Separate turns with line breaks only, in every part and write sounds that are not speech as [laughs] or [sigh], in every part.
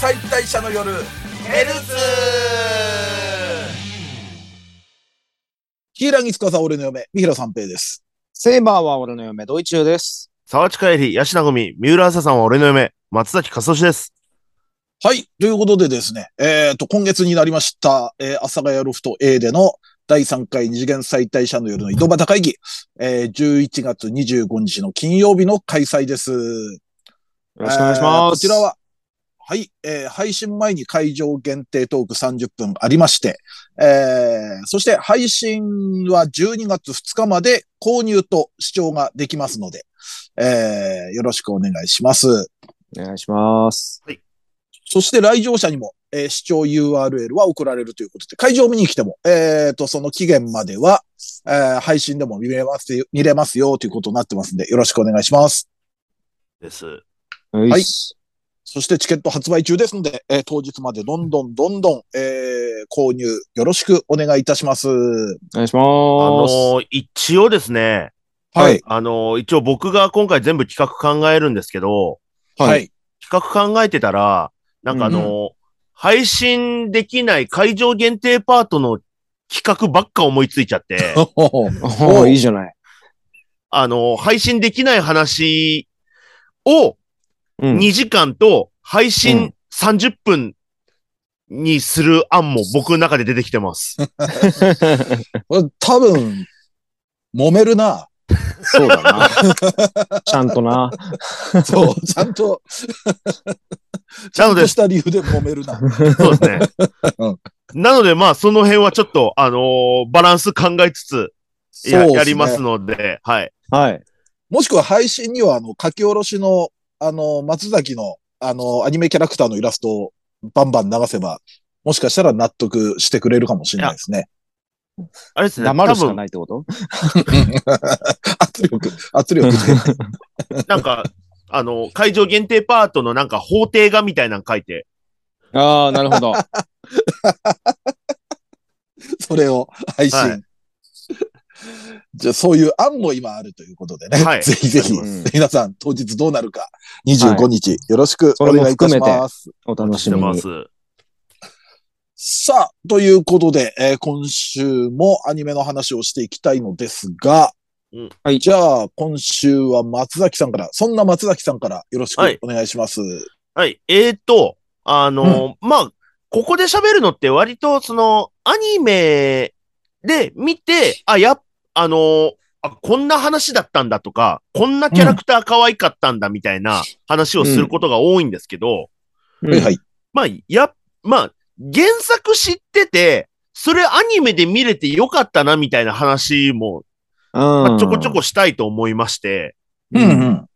解体者の夜ヘルツ
ヒーラギスカさん、俺の嫁、三平三平です。
セイバーは俺の嫁、ドイチューです。
沢地帰り、ヤシナゴミ、三浦朝さんは俺の嫁、松崎かそしです。
はい。ということでですね、えっ、と、今月になりました、えー、阿佐ヶ谷ロフト A での第3回二次元再退者の夜の井戸端会議、えー、11月25日の金曜日の開催です。
よろしくお願い
え
します。
ーこちら。は、はい、えー配信前に会場限定トーク30分ありまして、えーそして配信は12月2日まで購入と視聴ができますので、えーよろしくお願いします。
お願いします。
そして来場者にも、えー視聴 URL は送られるということで、会場見に来ても、えー、と、その期限までは、えー配信でも見れますよ、見れますよということになってますんで、よろしくお願いします。
です。
はい
そしてチケット発売中ですので、えー当日までどんどんどんどん、えー購入よろしくお願いいたします。
お願いし
あ
ま
の
す。
ー一応ですね、
はい。
あのー一応僕が今回全部企画考えるんですけど、
はい。
企画考えてたら、なんかあのー配信できない会場限定パートの企画ばっか思いついちゃって、
おーいいじゃない。
あのー配信できない話を
うん [laughs]
2時間と配
う
信
ん
30分にする案も僕の中で出てきてます。
多分、揉めるな。
そうだ [laughs] な。ちゃんとな。
そう、 [laughs] ちゃんと、ち
な
ゃん
の
と
で
した理由で揉めるな。
そうですね
[laughs]
うん。
なので、まあ、その辺はちょっと、あのーバランス考えつつや、
そうっすね
やりますので、はい。
はい。
もしくは配信には、あの、書き下ろしの、あの、松崎の、あの、アニメキャラクターのイラストをバンバン流せば、もしかしたら納得してくれるかもしれないですね。
あれですね、多
黙るしか
分、
ないってこと
[laughs] 圧力、圧力で。
なんか、 [laughs] あのー会場限定パートのなんか法廷画みたいなの書いて、
[laughs] ああ、なるほど。
それを配信。
はい
じゃあ、そういう案も今あるということでね。
はい
ぜひぜひ、
うん
皆さん当日どうなるか、25日、よろしくお願いいたし
それも
ます。
お楽
し
してみ
ま
に。
す。
さあ、ということで、えー今週もアニメの話をしていきたいのですが、
うん
はい。
じゃあ、今週は松崎さんから、そんな松崎さんからよろしく
はい
お願いします。
はい。えーと、あのーまあ、ここで喋るのって割と、その、アニメで見て、あ、やっ、あのーあ、こんな話だったんだとか、こんなキャラクター可愛かったんだみたいな話をすることが多いんですけど、
はい、はいい。
まあ、や、まあ、原作知ってて、それアニメで見れてよかったなみたいな話も、まあちょこちょこしたいと思いまして、
うん。
うんうん。
っ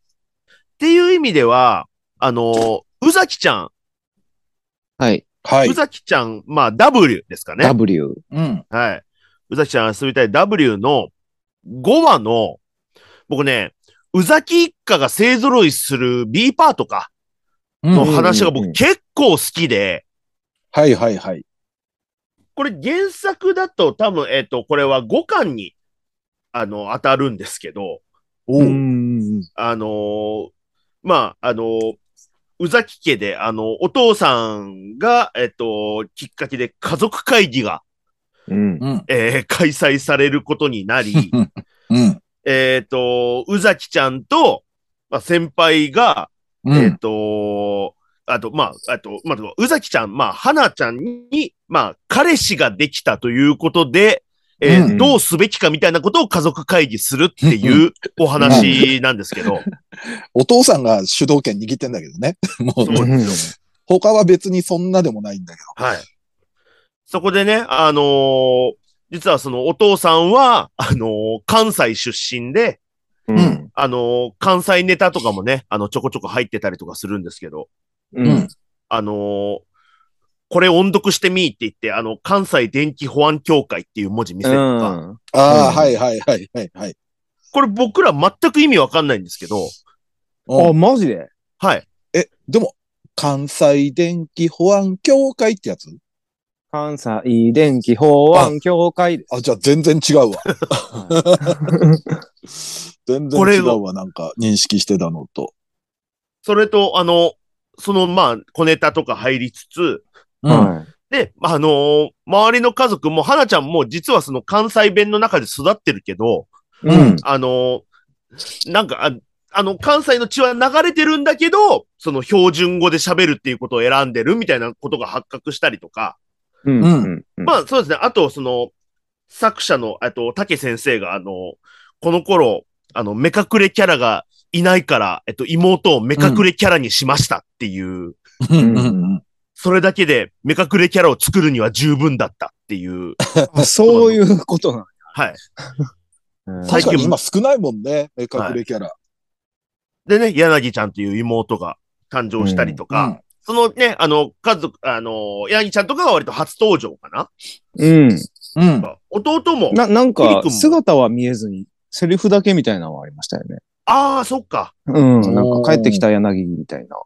ていう意味では、あのー宇崎ちゃん、
はい。
はい
宇。崎ちゃん、まあ W ですかね。
W。
うん。
はい。宇崎ちゃん遊びたい W の5話の、僕ね、宇崎一家が勢揃いする B パートか、
うん
の話が
うんうんう
僕
ん
結構好きで、
はいはいはい。
これ原作だと多分、えっ、と、これは5巻に、あの、当たるんですけど、
おう
うん
あのーまあ、あのー宇崎家で、あの、お父さんが、えっ、と、きっかけで家族会議が、
うん。
うん。
えー開催されることになり、
うん。
えっと、宇崎ちゃんと、まあ、先輩が、
う
えっ、
ん。
と、あと、まあ、あと、まあ、宇崎ちゃん、まあ、花ちゃんに、まあ、彼氏ができたということで、えー
うん
どうすべきかみたいなことを家族会議するっていうお話なんですけど、
お父さんが主導権握ってんだけどね。 [laughs] もう、
そう
です
他は別にそんなでもないんだけ
はい。そこでね、あのー実はそのお父さんは、あのー関西出身で、
よ。
ん
あのー関西ネタとかもね、あの、ちょこちょこ入ってたりとかするんですけど、
うん。うん。
あのーこれ音読してみーって言って、あの、関西電気保安協会っていう文字見せるとか、
うん
ど。ああ、
うん
はいはいはいはいはい。
これ僕ら全く意味わかんないんですけど、
うん
あ、マジで
はい。
え、でも、関西電気保安協会ってやつ
関西電気法案協会です。
あ、じゃあ全然違うわ。全然
これ
違
を
うわ、なんか認識してたのと。
それと、あの、その、まあ、小ネタとか入りつつ、
うん。
はい。
で、あのー周りの家族も、花ちゃんも実はその関西弁の中で育ってるけど、
うん。
あのーなんか、ああの、関西の血は流れてるんだけど、その標準語で喋るっていうことを選んでるみたいなことが発覚したりとか、
うん。
う
うんん。うん
まあそうですね。あと、その、作者の、えっと、竹先生が、あの、この頃、あの、目隠れキャラがいないから、えっと、妹を目隠れキャラにしましたっていう、
うんうん
それだけで目隠れキャラを作るには十分だったっていう、
あそういうことな
はい。
の。
最
確か
近
に今少ないもんね、目隠れキャラ。
でね、柳ちゃんという妹が誕生したりとか、
うん
そのね、あの、家族、あの、柳ちゃんとかが割と初登場かな。
うん。
うん。
弟も、
な、なん
クリ
か
君、も
姿は見えずに、セリフだけみたいなのはありましたよね。
ああ、そっか。
うん。
おー
なんか帰ってきた柳みたいな。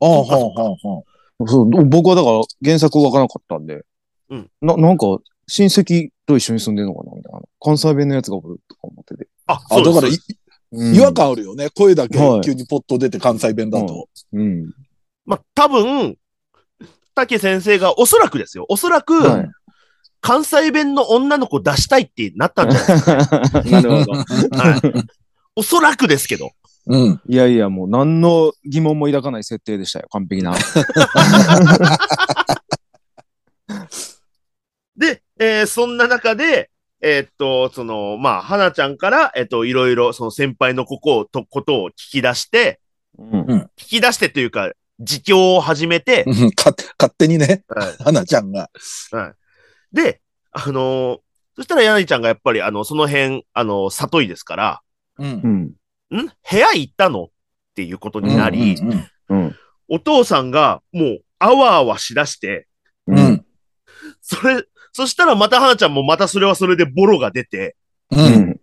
ああ、はあ、はあ、は
そう、僕はだから原作わからなかったんで。
うん。
な、なんか、親戚と一緒に住んでるのかなみたいな。関西弁のやつがおるとか思ってて。
あ、
あ。あ、
そうで
だ
す
からい、
うん
違和。感あるよね。声だけ
はい
急にポッと出て関西弁だと。
うん。
まあ、多分、竹先生がおそらくですよ。おそらく、
[laughs] はい
関西弁の女の子出したいってなったんじゃ
[laughs]
ないですか、ね。
なるほど。
はい。おそらくですけど。
うん。
いやいや、もう何の疑問も抱かない設定でしたよ。完璧な。
で、えーそんな中で、えーっと、その、まあ、花ちゃんから、えーっと、いろいろ、その先輩のここと、ことを聞き出して、
うん
聞き出してというか、自供を始めて、
うんか勝手にね、
はい
花ちゃんが。
で、あのーそしたら柳ちゃんがやっぱり、あの、その辺、あの、里いですから、
う。
うんん。
ん部屋行ったのっていうことになり、
うん
うん。
お父さんがもうあわあわしだして、
うん。うん。
それ、そしたらまた花ちゃんもまたそれはそれでボロが出て、
う。
うんん。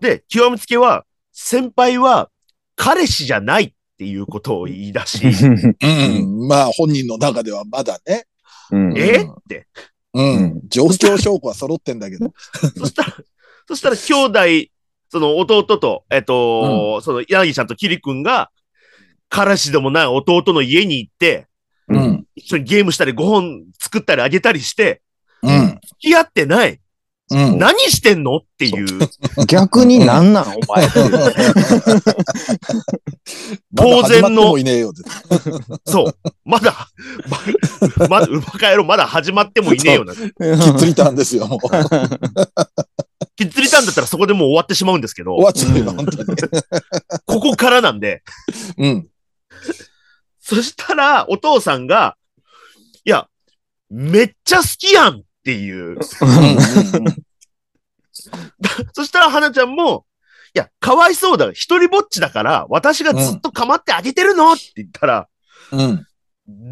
で、極めつけは、先輩は彼氏じゃないっていうことを言い出し、
うんまあ本人の中ではまだね。
うん。
えって。
うん。
うん
状況証拠は揃ってんだけど。
そしたら、そしたら兄弟、その弟と、えっと、その柳ちゃんとキリ君が、彼氏でもない弟の家に行って、
うん。
一緒にゲームしたりご本作ったりあげたりして、
うん。
付き合ってない
うん。
何してんのっていう。
逆になんなんお前。
当然の
まだ始まってもいねえよって
そう。まだ、ま、まだ、馬帰ろ、まだ始まってもいねえよな。
[laughs]
き
きっつりたんですよ、もう。終
っつりたんだったらそこでもう終わってしまうんですけど、
わっちゃうよ、
うん
本当に。
ここからなんで。
うん。
そしたら、お父さんが、いや、めっちゃ好きやんっ
[laughs]
ていう。そしたら、花ちゃんも、いや、かわいそうだ。一人ぼっちだから、私がずっと構ってあげてるのって言ったら、
うん。うん。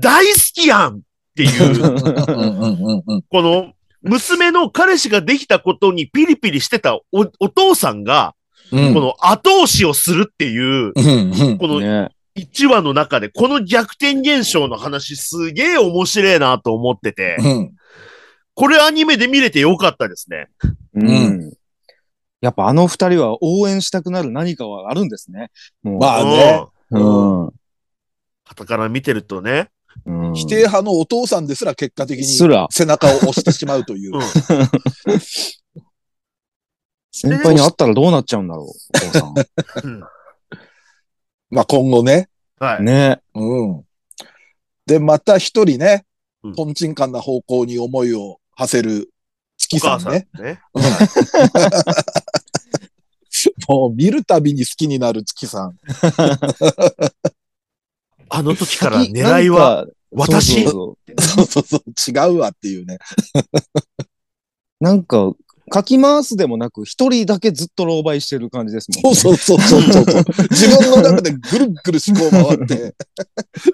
大好きやんっ
[laughs]
ていう、
うん。うん。うん。
この、娘の彼氏ができたことにピリピリしてたおお父さんが、
うん。
この後押しをするっていう、
うん。うん。
この
ね
1話の中で、この逆転現象の話すげえ面白いなと思ってて、
うん。
これアニメで見れてよかったですね。
うん。やっぱあの二人は応援したくなる何かはあるんですね。もう
まあね。
うんう
旗から見てるとね。
ん。
否定派のお父さんですら結果的
す
に
ら、
背中を押してしまうという
うん。
[laughs] 先輩に会ったらどうなっちゃうんだろう、お父さ
うん
まあ今後ね。
は
ん。[laughs]
い。
ね
うん。で、また一人ね
うん、
トンチンカンな方向に思いを馳せる月
お
さ
母
ん
さん
ね。
ね。
もう見るたびに好きになる月さん。
あの時から狙いは、、
なんか
私
そうそうそう
そうそうそう、違うわっていうね。
なんか、かき回すでもなく、一人だけずっと狼狽してる感じですも
そ
ん
う
ね。
そうそうそうそうそう。自分の中でぐるぐる思考回って、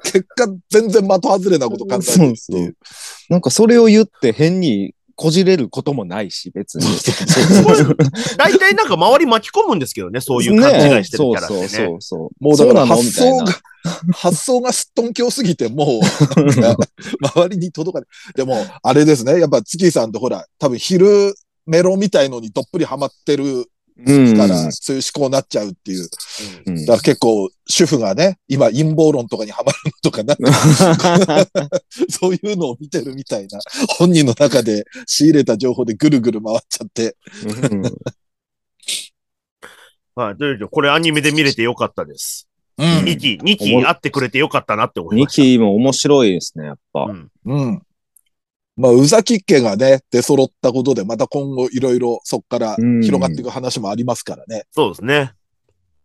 結果全然的外れなこと考えてるっていう。
なんかそれを言って変にこじれることもないし、別に。
すごい大体なんか周り巻き込むんですけどね、そういう勘違いしてるキャラって
そうそ
ね。
うそう。
もうだから
そうなの
発
みたい
想
な
が、発想がすっとんきょうすぎて、もう、なんか周りに届かない。でも、あれですね。やっぱ月さんってほら、多分昼メロみたいのにどっぷりハマってる
うん。
から、そういう思考になっちゃうっていう。
うん
だから結構、主婦がね、今陰謀論とかにハマるのとか、なんかそういうのを見てるみたいな、本人の中で仕入れた情報でぐるぐる回っちゃって。
うん
はい。ということでこれアニメで見れてよかったです。
う
2期、2
おも
期
ろ
会ってくれてよかったなって思い
ニ
ました。
キも面白いですね、やっぱ。
うん
うん。まあ、宇崎家がね、出揃ったことで、また今後いろいろそこから
うん
広がっていく話もありますからね。
そうですね。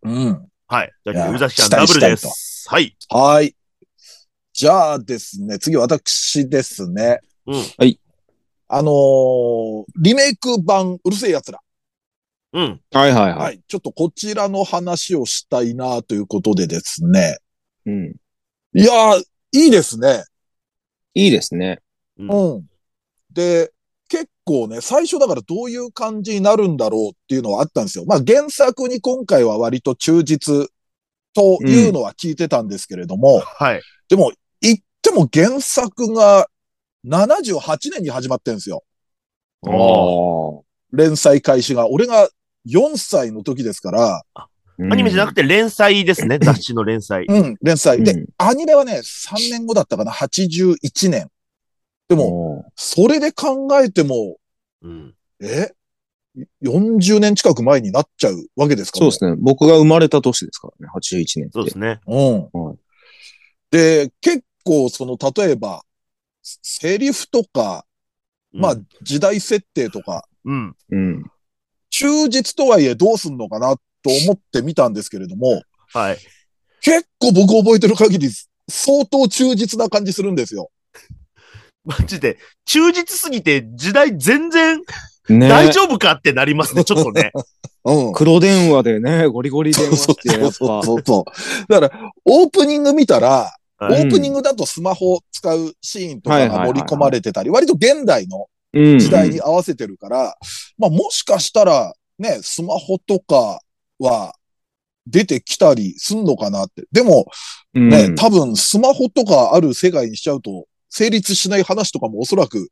うん。
はい。じゃ
い
あ、
や
宇崎さん
期
ダ
待し
ブル
たい
で
と
す。はい。
はい。じゃあですね、次私ですね。
うん
はい。
あのーリメイク版、うるせえ奴ら。
うん。
はいはい
は
はい。
い。ちょっとこちらの話をしたいなということでですね。
うん。
いやー、いいですね。
いいですね。
うん
うん。で、結構ね、最初だからどういう感じになるんだろうっていうのはあったんですよ。まあ原作に今回は割と忠実というのは聞いてたんですけれども、
はい。
でも言っても原作が78年に始まってるんですよ。
あー
ー
連載開始が。俺が4歳の時ですから、
うん
アニメじゃなくて連載で
[laughs]
すね。雑誌の連載。
うん、連載。で、
うん
アニメはね、3年後だったかな、81年。でも、それで考えても、
うん。
え ?40 年近く前になっちゃうわけですか
そう
ら、
ですね。僕が生まれた年ですからね、81年って。
そうですね。
ね。うん。
はい
で、結構、その、例えば、セリフとか、
うん
まあ、時代設定とか、
うん。
うん。
忠実とはいえどうすんのかなと思ってみたんですけれども、
はい。
結構僕覚えてる限り、相当忠実な感じするんですよ。
マジで、忠実すぎて時代全然
ね
大丈夫かってなります [laughs] ね、ちょっとね。
うん。
黒電話でね、ゴリゴリ電話して、やっ
そう
ぱ。
そうそう。だから、オープニング見たら、オ
はい
ープニングだとスマホを使うシーンとかが盛り込まれてたり、割と現代の
うん
時代に。合わせてるから、まあもしかしたら、ね、スマホとかは出てきたりすんのかなって。でも
うん
ね、多分スマホとかある世界にしちゃうと、成立しない話とかもおそらく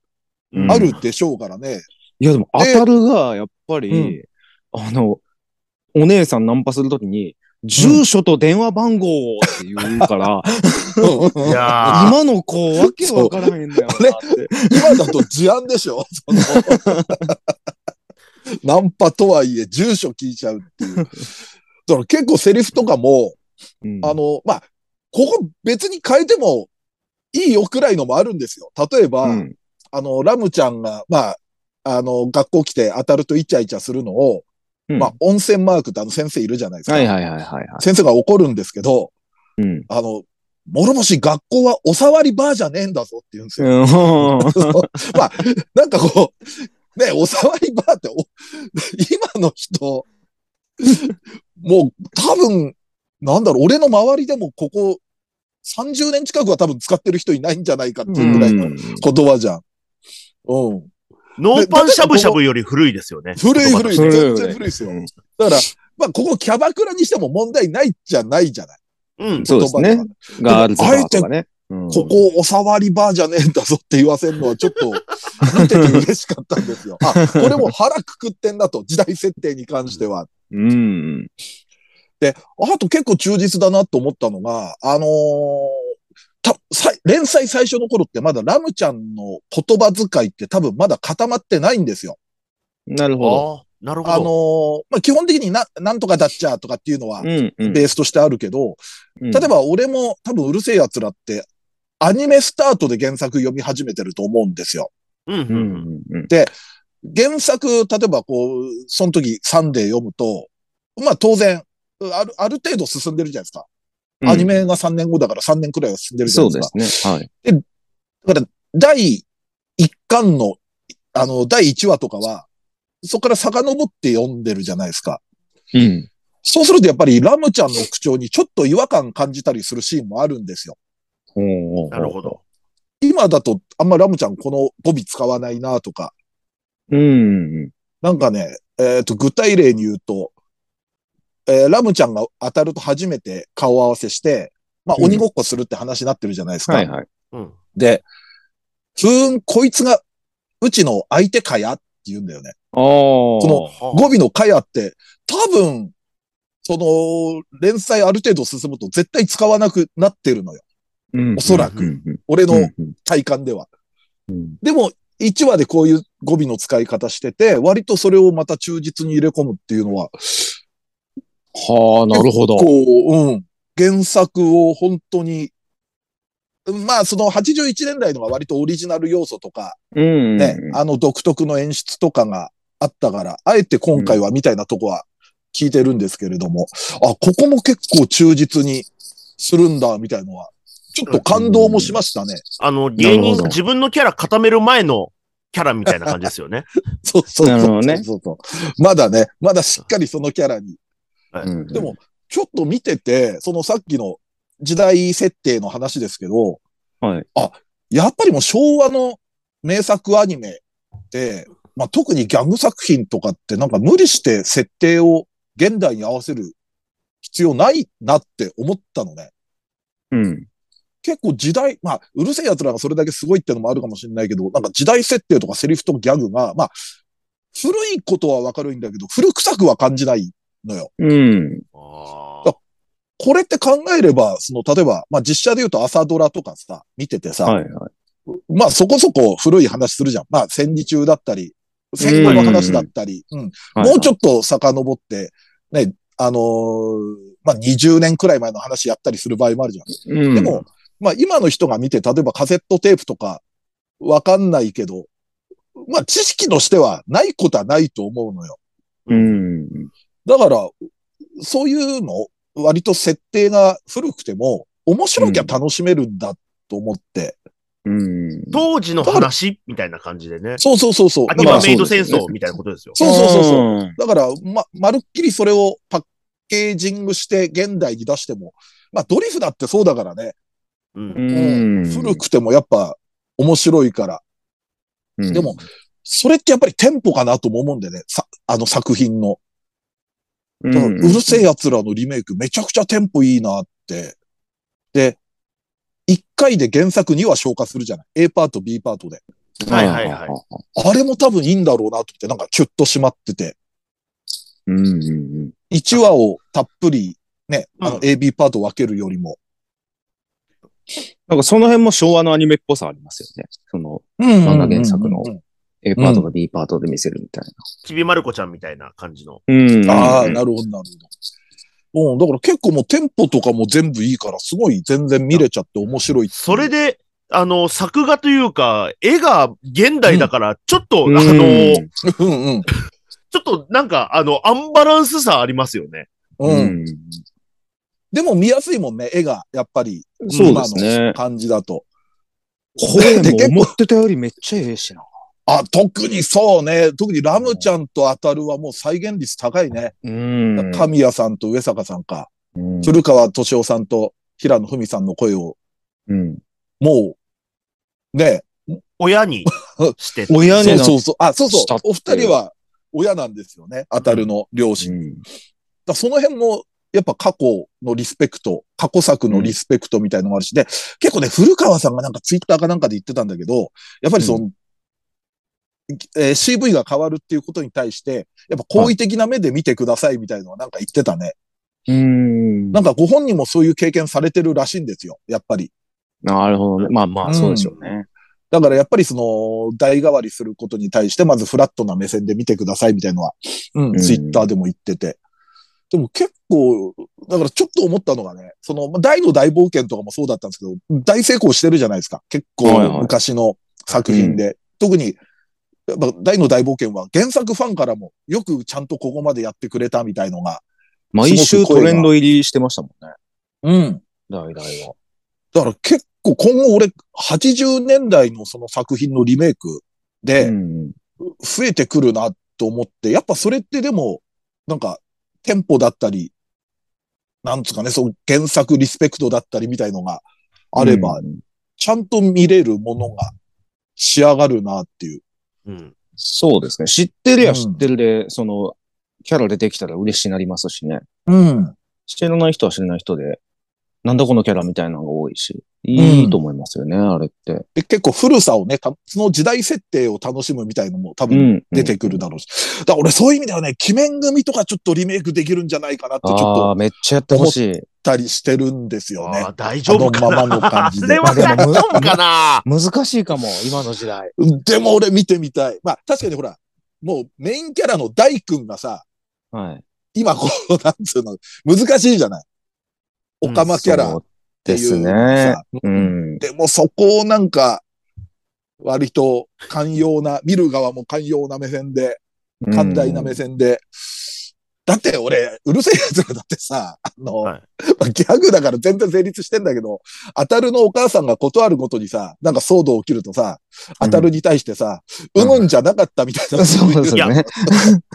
うん
あるでしょうからね。
いや、でも、当たるが、やっぱり、
うん
あの、お姉さんナンパするときに、住所と電話番号をって言うから、
いやー
今の子、わけわからへんだよなって。
今だと事案でしょ [laughs] そのナンパとはいえ、住所聞いちゃうっていう。だから結構セリフとかも、
うん
あの、まあ、ここ別に変えてもいいよくらいのもあるんですよ。例えば、
うん
あの、ラムちゃんが、まあ、あの、学校来て当たるとイチャイチャするのを、
うん
まあ、温泉マークってあの先生いるじゃないですか。
はいはいはいはいはい。
先生が怒るんですけど、
うん。
あの、諸星学校はお触りバーじゃねえんだぞって言うんですよ。 [laughs] まあ、なんかこう、ね、おさわりバーって、お今の人、もう多分、なんだろう、俺の周りでもここ30年近くは多分使ってる人いないんじゃないかっていうぐらいの言葉じゃん。うん。
ノーパンしゃぶしゃぶより古いですよね。
古い古い、
古い
全然古いですよ
う。ん
だから、まあ、ここキャバクラにしても問題ないじゃないじゃない。
うん。
そうです
言葉
ね
が。
ガールズバーとかね。うん
ここおさわりバーじゃねえんだぞって言わせるのはちょっ
[laughs]
と見てて嬉しかったんですよ。あ、これも腹くくってんだと、時代設定に関しては。
うん。
あと結構忠実だなと思ったのが、あのーた、さい連載最初の頃ってまだラムちゃんの言葉遣いって多分まだ固まってないんですよ。
なる
あ
ほ
ーなる
あ
ほ
の
ど。
ーまあ、基本的にな、なんとかだっちゃーとかっていうのは
ど。うん。うん
ベースとしてあるけど、例え、ば俺も多分うるせえ奴らってアニメスタートで原作読み始めてると思うんですよ。
うん
う
うんん。
うんうん
原作、例えばこう、その時サンデー読むと、まあ当然、ある、ある程度進んでるじゃないですか。
うん。
アニメが3年後だから3年くらいは進んでるじゃ
そ
な
う
いで
です
か。
すね。はい。
第1巻の、あの、第1話とかは、そこから遡って読んでるじゃないですか。
うん。
そうするとやっぱりラムちゃんの口調にちょっと違和感感じたりするシーンもあるんですよ。
ほう
なるほど。
今だとあんまラムちゃんこの語尾使わないなとか、
うん。
なんかね、えっ、と、具体例に言うと、えーラムちゃんが当たると初めて顔合わせして、まあ、
うん
鬼ごっこするって話になってるじゃないですか。
はいはい。
うん。
で、ふーん、こいつが、うちの相手かやって言うんだよね。
ああ。こ
語尾のかやって、多分、その、連載ある程度進むと絶対使わなくなってるのよ。
の
おそらく俺の体感では。でも、1話でこういう語尾の使い方してて、割とそれをまた忠実に入れ込むっていうのは、
はあ、なるほど。
こう、うん。原作を本当に、まあ、その81年代のが割とオリジナル要素とか、
うん。
ね、あの独特の演出とかがあったから、あえて今回はみたいなとこは聞いてるんですけれども、あ、ここも結構忠実にするんだ、みたいのは、ちょっと感動もしましたね。
あの、
な
芸
る
人
ほど、
自分のキャラ固める前のキャラみたいな感じです [laughs] よね。
そうそう
なるほ
そ
ど
う
ね
そうそう。まだね、まだしっかりそのキャラに。
うん
でも、ちょっと見てて、そのさっきの時代設定の話ですけど、
はい。
やっぱりもう昭和の名作アニメって、まあ、特にギャグ作品とかってなんか無理して設定を現代に合わせる必要ないなって思ったのね。
うん。
結構時代、まあ、うるせえ奴らがそれだけすごいってのもあるかもしれないけど、なんか時代設定とかセリフとギャグが、まあ、古いことはわかるんだけど、古臭くは感じないのよ。
うん。
あ
あこれって考えれば、その、例えば、まあ実写で言うと朝ドラとかさ、見ててさ、
はいは
まあそこそこ古い話するじゃん。まあ戦時中だったり、戦後の話だったり、うん
い。
もうち
ょ
ょ
っ
っと遡って、ね、あのーまあ20年くらい前の話やったりする場合もあるじゃん。
と。うん。
でも、、まあ今の人が見て、例えばカセットテープとか、わかんないけど、まあ知識としてはないことはないと思うのよ。
うん。
だから、そういうの、割と設定が古くても、面白きゃ楽しめるんだと思って。
うん。
当時の話みたいな感じでね。
そうそうそうそう。だ
アニ
から
ま
マ
あ
メイド戦
そうです
争
ね
みたいなことですよ。
そうそうそうそう。
う。
だから、ま、まるっきりそれをパッケージングして現代に出しても、まあドリフだってそうだからね。
うん
うん。
古くてもやっぱ面白いから。
うん
でも、それってやっぱりテンポかなとも思うんでね。さ、あの作品の。
う、
だからうんるせえ奴らのリメイクめちゃくちゃテンポいいなって。で、1回で原作2話消化するじゃない。A パート、B パートで。
はいはいはい
あれも多分いいんだろうなと思って、なんかキュッと締まってて。
うんうん
1話をたっぷりね、あの
うん
AB パート分けるよりも。
なんかその辺も昭和のアニメっぽさありますよね。その
うんうんうんうん
漫画原作の A
う
パ
ん
ートが B パートで見せるみたい
ちびまる子ちゃんみたいな感じの。
な。うん
ああ、なるほど、なるほど。うん、だから結構もうテンポとかも全部いいから、すごい全然見れちゃって面白いっていう
それで、あの、作画というか、絵が現代だから、ちょっと、あの、ち
うん [laughs] うん。
ょっとなんか、あの、アンバランスさありますよね。
う。
うんん。
でも見やすいもんね、絵が、やっぱり。
そうですね
今の感じだと。
声
で結構
も思ってたよりめっちゃええしな。
あ、特にそうね。特にラムちゃんとアタルはもう再現率高いね。
うん
神谷さんと上坂さんか。
うん
古川敏夫さんと平野文さんの声を、
うん
もう、ね。
親にして。
親
そ
に
う
な
そうそう。あ、そうそ
した
う
っ。て
お二人は親なんですよね。アタルの両親。
うん
だからその辺も、やっぱ過去のリスペクト、過去作のリスペクトみたいのもあるし、で、結構ね、古川さんがなんかツイッターかなんかで言ってたんだけど、やっぱりその、えー CV が変わるっていうことに対して、やっぱ好意的な目で見てくださいみたいのはなんか言ってたね。
うん。
なんかご本人もそういう経験されてるらしいんですよ、やっぱり。
なるほどね。まあ
う
まあ、
ん
そうでしょうね。
だからやっぱりその、代替わりすることに対して、まずフラットな目線で見てくださいみたいのは、うんん、ツイッターでも言ってて。でも結構、だからちょっと思ったのがね、その、まあ大の大冒険とかもそうだったんですけど、大成功してるじゃないですか。結
はいは
構
い
昔の作品で。特に、やっぱ大の大冒険は原作ファンからもよくちゃんとここまでやってくれたみたいのが、
毎
す
週
ごく
ト
声が
レンド入りしてましたもんね。
うん。
大々は。
だから結構今後俺、80年代のその作品のリメイクで
うん
増えてくるなと思って、やっぱそれってでも、なんか、テンポだったり、なんつうかね、そう原作リスペクトだったりみたいのがあれば、
うん
ちゃんと見れるものが仕上がるなっていう。
うん。
そうですね。知ってるや知ってるで、その、キャラ出てきたら嬉しいなりますしね。
うん。
知らない人は知らない人で、なんだこのキャラみたいなのが多いし、いいと思いますよね、あれって。
で結構古さをね、たその時代設定を楽しむみたいのも多
う
分
ん。
出てくるだろうし。だから俺そういう意味ではね、鬼面組とかちょっとリメイクできるんじゃないかなってちょっと
あ
思
あ、めっちゃやってほしい。
ったりしてるんですよね
あ。ー大丈夫かな
あのままの感じで
[laughs] それは大丈夫かな
難しいかも、今の時代。
でも俺見てみたい。まあ確かにほら、もうメインキャラの大君がさ、
はい。
今こう、 [laughs] なんつうの、難しいじゃない。オカマキャラ
そ
っ
う
て
で
い
す
う
ね
さ。
うん。
でもそこをなんか、割と寛容な、見る側も寛容な目線で、寛大な目線で。だって俺、うるせえ奴らだってさ、あの、
はい
まあ [laughs] ギャグだから全然成立してんだけど、当たるのお母さんが断るごとにさ、なんか騒動起きるとさ、当たるに対してさ、
う
うんぬんじゃなかったみたいな。
そうです
い
よ
や
ね。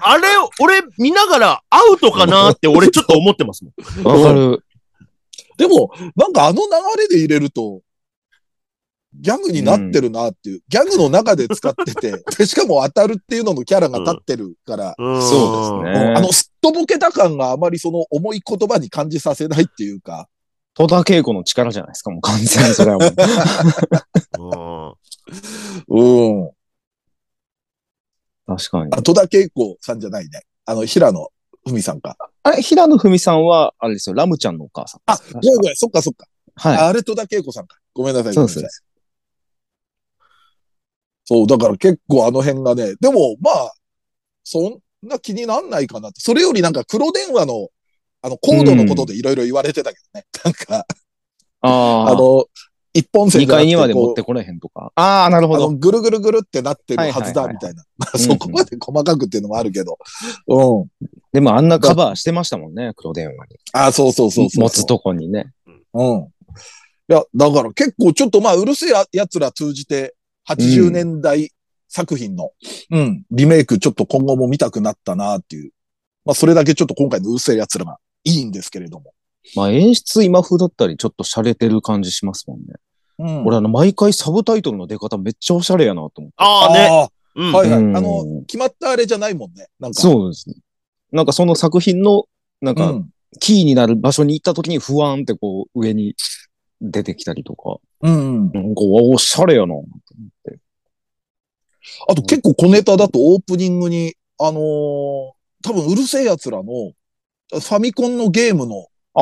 あれ、俺見ながらアウトかなって俺ちょっと思ってますもん。
わかる。
でも、なんかあの流れで入れると、ギャグになってるなっていう、ギャグの中で使って [laughs] て、でしかも当たるっていうののキャラが立ってるから、
そうですね
うんあの、すっとぼけた感があまりその重い言葉に感じさせないっていうか、
戸田恵子の力じゃないですか、もう完全にそれはも [laughs] う。
うん
うん。
確かに。
あ戸田恵子さんじゃないね。あの、平野文さんか。
あれ、平野文さんは、あれですよ、ラムちゃんのお母さん。
あ、ごめんごめん、そっかそっか。
は
あれ戸田恵子さんか。ごめんなさ
い。
い。
そう
ごめん
で
なさい
す。
そう、だから結構あの辺がね、でもまあ、そんな気になんないかなって。それよりなんか黒電話の、あの、コードのことでいろいろ言われてたけどね。 [laughs] なんか、あ
ああ、
の、一本線
2
じゃな
階
くて
にはで
こう
持ってこれへんとか。ああ、なるほ
あの、
ど。
ぐるぐるぐるってなってるはずだ、
はいはいはいはい
みたいな。まあ、そこまで細かくっていうのもあるけど。うん。
でもあんなカバーしてましたもんね、黒電話に。
あ、そうそうそうそうそう。
持つとこにね。
うん。いや、だから結構ちょっとまあ、うるせえや奴ら通じて、80年代作品の、うん、リメイクちょっと今後も見たくなったなっていう。まあ、それだけちょっと今回のうるせえ奴らがいいんですけれども。
まあ演出今風だったり、ちょっと洒落てる感じしますもんね。
うん
俺あの、毎回サブタイトルの出方めっちゃおしゃれやなと思って。
ああね。
あ
う
あ
ん
はいはい。
うん
あの、決まったあれじゃないもんね。なんか。う。
そうですね。なんかその作品の、なん
う
か、
ん。
キーになる場所に行った時に不安ってこう、上に出てきたりとか。
うん。
なんか、うわおしゃれやな。
あと結構小ネタだとオープニングに、あのー多分うるせえ奴らの、ファミコンのゲームの
あ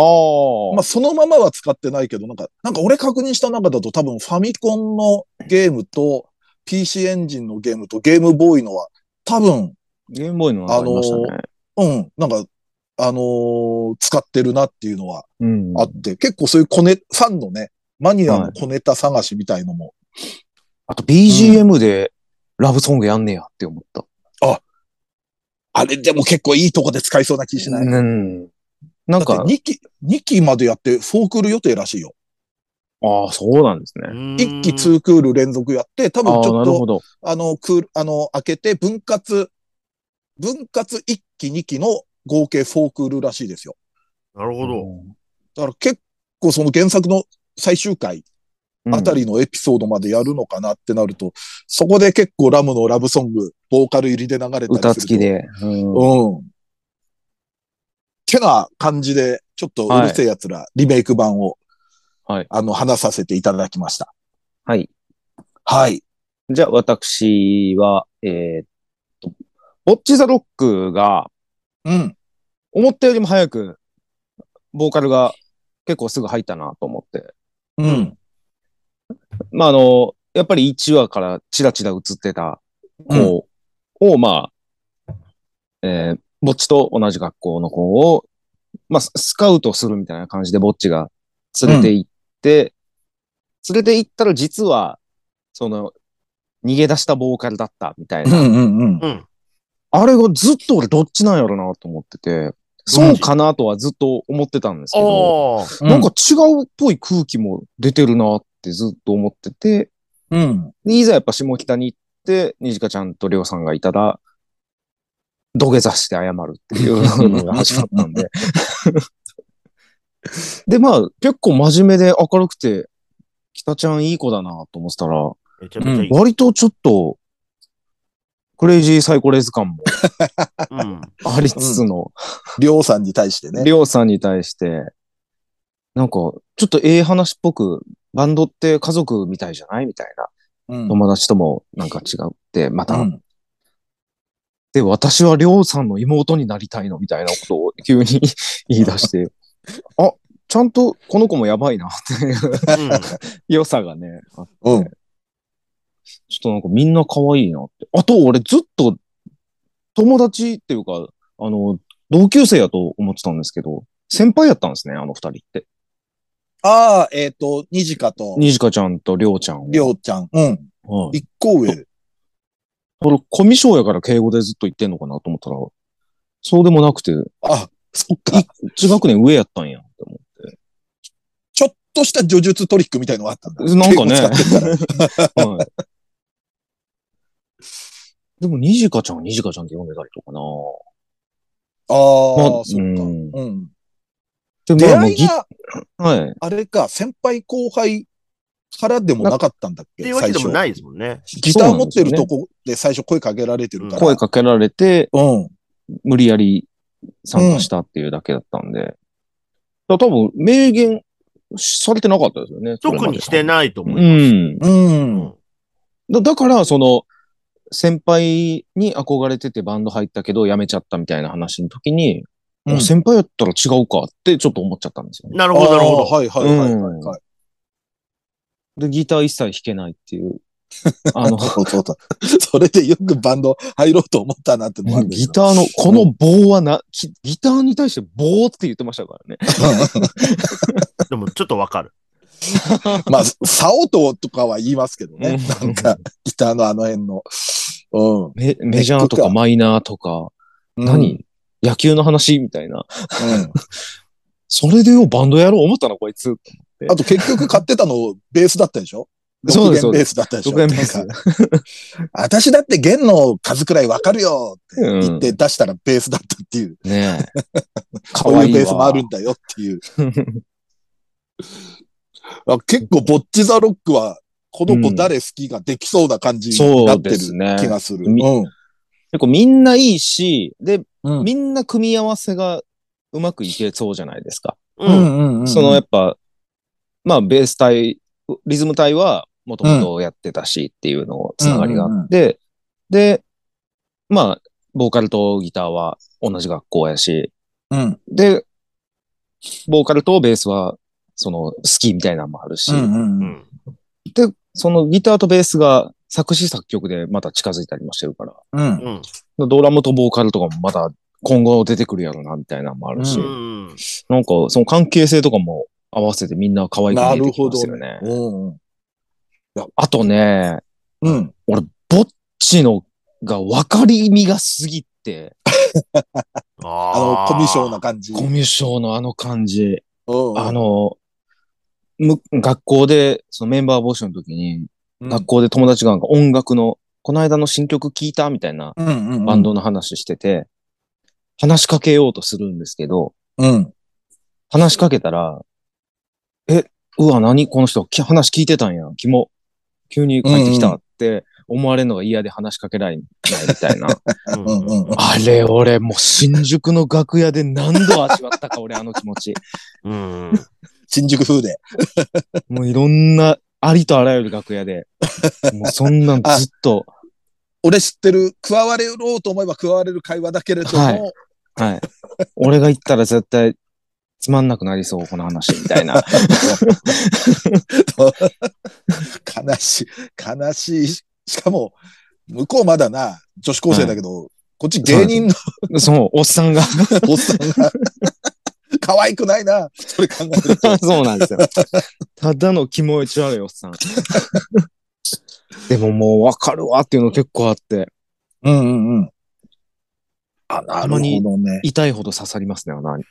まあ、そのままは使ってないけど、なんか、なんか俺確認した中だと多分ファミコンのゲームと PC エンジンのゲームとゲームボーイのは多分、
ゲームボーイのがありましたね。
うん、なんか、あのー使ってるなっていうのは
うん
あって、結構そういうコネ、ファンのね、マニアの小ネタ探しみたいのも、
あと BGM でラブソングやんねやって思った。
あれでも結構いいとこで使いそうな気しない、
うん。なん
だ
か
っ、て2期、2期までやってフォークール予定らしいよ。
ああ、そうなんですね。
1期
通
2クール連続やって、多分
ああ、
ちょ
な
っ
る
と
ほど。
あの、クール、あの、開けて分割、分割1期2期の合計フォークールらしいですよ。
なるほど。
だから結構その原作の最終回
うん
あたりのエピソードまでやるのかなってなると、そこで結構ラムのラブソング、ボーカル入りで流れたりすると。
歌付き。で。うん
うん。てな感じで、ちょっとうるせえ奴ら、リメイク版を、
はい
あの、話させていただきました。
はい。
はい。
じゃあ、私は、えーっと、ボッチザロックが、
うん。
思ったよりも早く、ボーカルが結構すぐ入ったなと思って。
うん。
まあ、あの、やっぱり1話からチラチラ映ってた子を、まあ、えー、ぼっちと同じ学校の子を、まあ、ススカウトするみたいな感じでぼっちが連れて行って、連れて行ったら実は、その、逃げ出したボーカルだったみたい
うんう
な。
んうん。
うん。
あれがずっと俺どっちなんやろなと思ってて、そうかなとはずっと思ってたんですけど、
おー
なんか違うっぽい空気も出てるなってずっと思ってて、
うん。
で、いざやっぱ下北に行って、にじかちゃんとりょうさんがいたら、土下座して謝るって
[laughs]
いうのが始まったんで。 [laughs] で、まあ、結構真面目で明るくて、北ちゃんいい子だなと思ってたら、
めちゃめちゃいい。
割とちょっと、クレイジーサイコレーズ感も
うん
ありつつの、
りょうさんに対してね。
りょうさんに対して、なんか、ちょっとええ話っぽく、バンドって家族みたいじゃないみたいな。
うん。
友達ともなんか違って、また、
うん
で、私はりょうさんの妹になりたいのみたいなことを急に [laughs] 言い出して、あ、ちゃんとこの子もやばいなっていう
うん
良さがね、あ
うん。
ちょっとなんかみんな可愛いなって。あと、俺ずっと友達っていうか、あの、同級生やと思ってたんですけど、先輩やったんですね、あの二人って。
ああ、えっ、と、にじかと、
にじかちゃんとりょうちゃんは。
りょうちゃん。うん。
はい
一個上。
これ、コミショやから敬語でずっと言ってんのかなと思ったら、そうでもなくて、
あ、そっか。
中学年上やったんやって思
ちょっとした叙述トリックみたいのがあっ
[laughs]
たんだ。
う。なんかね
敬語使ってたら。。
はい。でも、にじかちゃんはにじかちゃんって呼んでたりとかな
あ
ま
あ、そっか。
うん
うん。
で
出
まあもう
会い
ぎ
が、
はい。
あれか、先輩後輩からでもなかったんだっ
っ
け。
ていうわけでもないいですもんね。
ギター持ってる
そうな
と
んで
こで最初声かけられてるから。
声かけられて、
うん。
無理やり参加したっていうだけだったんで。だから多分、明言されてなかったですよね。それま
特
で
にしてないと思
う
います。
ん。
うん。
だだから、その、先輩に憧れててバンド入ったけど辞めちゃったみたいな話の時に、
うん
あ先輩やったら違うかってちょっと思っちゃったんですよね。
なるほど、なるほ
あーはいはいはいはいはい。
で、ギター一切弾けないって
[laughs]
いう。あの、
そうそうそう。それでよくバンド入ろうと思ったなってのもあるんだけ
ギ
ど
ターの、この棒はな、きギターに対して棒って言ってましたからね。
ど。でもちょっとわかる。
まあ、竿ととかは言いますけど
[laughs]
ね。
うん
なんか、ギターのあの辺の。うん。
メメジャーとかマイナーとか、何野球の話みたいな。
う
それでよ、バンドやろう思ったな、こいつ。
ん。あと結局買ってたのベースだったでしょ
そうです
六弦ベースだったでしょ
そうです
なんか私だって弦の数くらいわかるよって言って出したらベースだったっていう。
うんね
[laughs]
え。か
こう
わ
い
い
う
い
ベースもあ
わ
るんだよっていう。あ結構、ボッチザロックは、この子誰好きができそうな感じになってる
そうですね
気がする。
み結構みんないいし、で、
うん
みんな組み合わせがうまくいけそうじゃないですか。
う。
うんんうんうん
そのやっぱ、まあベース隊、リズム隊はもともとやってたしっていうのつながりがあって、で、まあ、ボーカルとギターは同じ学校やし、
うん
で、ボーカルとベースはその好きみたいなのもあるし、
うんうん
う
うん
ん
で、そのギターとベースが作詞作曲でまた近づいたりもしてるから、
うん
うん。
ドラムとボーカルとかもまだ今後出てくるやろな、みたいなのもあるし、
う
うん。
なんかその関係性とかも合わせてみんな可愛く
な
見え
る
てき
ほ
ます
ど
よね
ね。。うん
あとね、
うん。
俺、ぼっちのが分かりみがすぎて、
あ
あの、
ー
コミュ障な感じ。
コミュ障のあの感じ、
うん
あの、む学校で、そのメンバー募集の時に、
うん
学校で友達がなんか音楽の、この間の新曲聞いたみたいな
うんうんうん
バンドの話してて、話しかけようとするんですけど、
うん。
話しかけたら、え、うわ、何この人、き話聞いてたんや。キモ、急に帰ってき
うん
たって思われるのが嫌で話しかけられないみたいな。
うん
うんうんうん。
あれ、俺、もう新宿の楽屋で何度味わったか、俺、あの気持ち。
うん。
新宿風で。
[laughs] もういろんな、ありとあらゆる楽屋 [laughs] で。もうそんなんずっと、
俺知ってる、加われろうと思えば加われる会話だけれども、
はいはい。俺が行ったら絶対、つまんなくなりそう、この話、みたい [laughs] な。
悲しい、悲しい。しかも、向こうまだな、女子高生だけど、こっち芸人の
そう、おっさんが。 [laughs]
おっさんが、可愛くないな、それ考えると。
そうなんですよ。ただの気持ち悪いおっさん。でももうわかるわっていうの結構あって、
うんうんうん。あ、な
た
るほ
まに
どね。
痛いほど刺さりますね、穴に。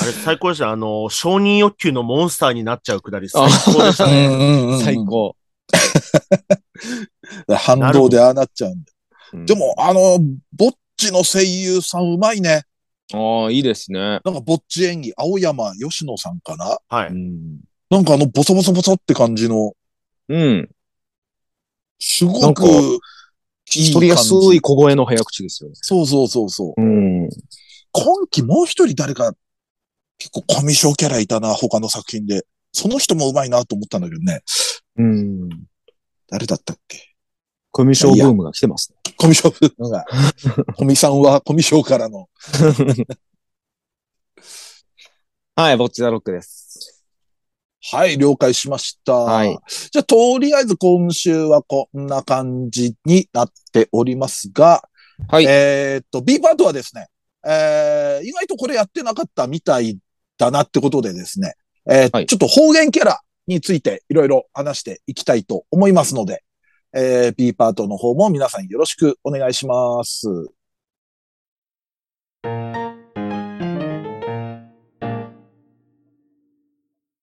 あれ最高でした。あの、承認欲求のモンスターになっちゃうくだり最
あ
高でしたね。
うんうんうん
最。高。
反動でああなっちゃうんだ。
うん
で、も、あの、ぼっちの声優さんうまいね。
ああ、いいですね。
なんかぼっち演技、青山吉野さんかな
は
う
い。
ん。
なんかあの、ボソボソボソって感じの、
うん。
すご
なんか
く、
取りやす
感じ
い小声の早口ですよね。
そうそうそうそう。
うん。
今期もう一人誰か結構コミュ障キャラいたな、他の作品で。その人もうまいなと思ったんだけどね。
うん。
誰だったっけ
コミュ障ブームが来てますね。
コミュ障の
[laughs]
が。コミさんはコミュ障からの。
はい、ぼっちだロックです。
はい、了解しました。
はい。
じゃあ、とりあえず今週はこんな感じになっておりますが、
はい
えーっと、B パートはですね、えー、意外とこれやってなかったみたいだなってことでですね、えー
はい
ちょっと方言キャラについていろいろ話していきたいと思いますので、えー、B パートの方も皆さんよろしくお願いします。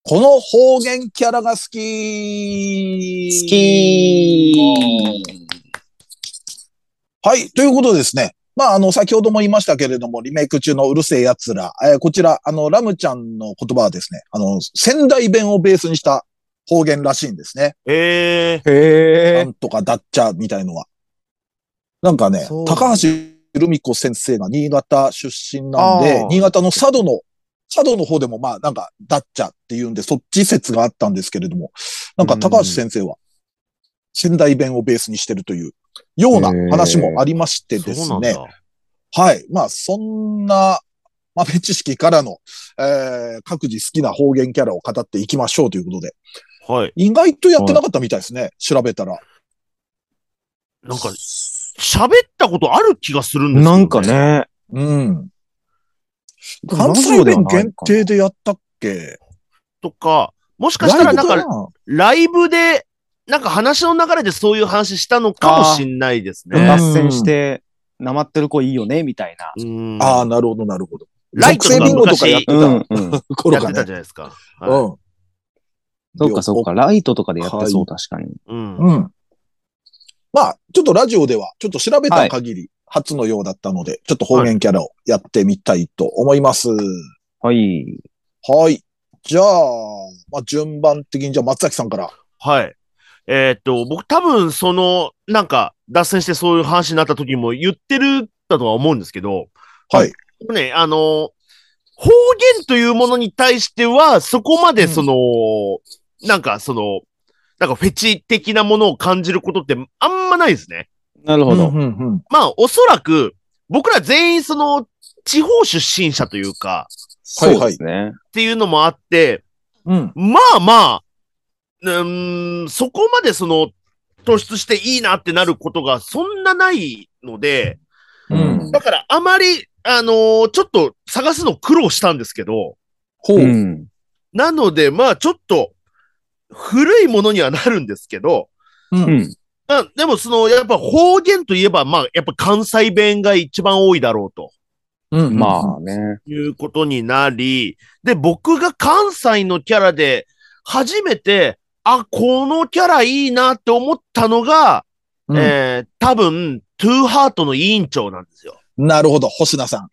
この方言キャラが好き
好き
はい。ということでですね。まあ、あの、先ほども言いましたけれども、リメイク中のうるせえ奴ら。えーこちら、あの、ラムちゃんの言葉はですね、あの、仙台弁をベースにした方言らしいんですね。
ええ
な
へ
んとかだっちゃみたいのは。なんかね
そう、
高橋留美子先生が新潟出身なん
あ
で
ー、
新潟の佐渡の、佐渡の方でもまあ、なんか、だっちゃって言うんで、そっち説があったんですけれども、なんか高橋先生は、仙台弁をベースにしてるという、ような話もありましてで
そう
す
なん
ね。
だ。
はい。まあ、そんな豆知識からの、えー各自好きな方言キャラを語っていきましょうということで。
はい。
意外とやってなかったみたいですね。調べたら。
なんか、喋ったことある気がする
ー。
んですよ
なんか。ね。
うん。
ラ
関
ジオ
西
では
弁
ないかな
限定でやったっけ
とか、もしかしたらなん
ライ
か
ブ、な
ライブで、なんか話の流れでそういう話したのかもしんないです
あー
ね。
合戦して、なまってる子いいよね、みたいな。
うん
ああ、なるほど、なるほど。
ライト
属
が
性ビンゴとかやっ
昔
てた
うん。
頃
や
がね。
ってたじゃないですか。
う
は
ん。
そうか、そうか。ライトとかでやってそう、確かに。
いうん。
うん。まあ、ちょっとラジオでは、ちょっと調べた限り、初のようだったので、ちょっと方言キャラをやってみたいと思います。
はい。
はい。じゃあ、まあ、順番的に、じゃあ、松崎さんから。
はい。えーっと、僕多分その、なんか、脱線してそういう話になった時も言ってるだとは思うんですけど、
はい。
ね、あの、方言というものに対しては、そこまでその、なんかその、なんかフェチ的なものを感じることってあんまないですね。
なるほど。
まあ、おそらく、僕ら全員その、地方出身者というか、
そうですね。
っていうのもあって、
うん。
まあまあ、うーん、そこまでその、突出していいなってなることがそんなないので、
う
うんん。
だからあまり、あのーちょっと探すの苦労したんですけど、
ほう。
うん。
なのでまあちょっと、古いものにはなるんですけど、
うん。
まあでもその、やっぱ方言といえば、まあやっぱ関西弁が一番多いだろうと。
うん
まあね。
いうことになり、で、僕が関西のキャラで初めて、あ、このキャラいいなって思ったのが、
うん
えー、多分、トゥーハートの委員長なんですよ。
なるほど、星名さん。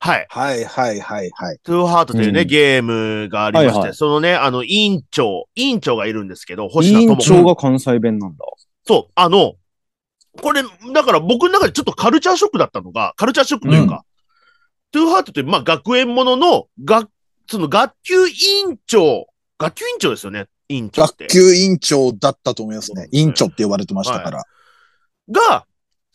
はい。
はい、はい、はい、はい。
トゥーハートというね、
うん
ゲームがありまして、
はいはい
そのね、あの、委員長、委員長がいるんですけど、
委
星名
員
友子
長が関西弁なんだ。
そう、あの、これ、だから僕の中でちょっとカルチャーショックだったのが、カルチャーショックというか、トゥーハートという、まあ、学園ものの、が、その学級委員長、学級委員長ですよね、委員長っ
学
て。
級委員長だったと思いますね。委員長って呼ばれてましたから。
が、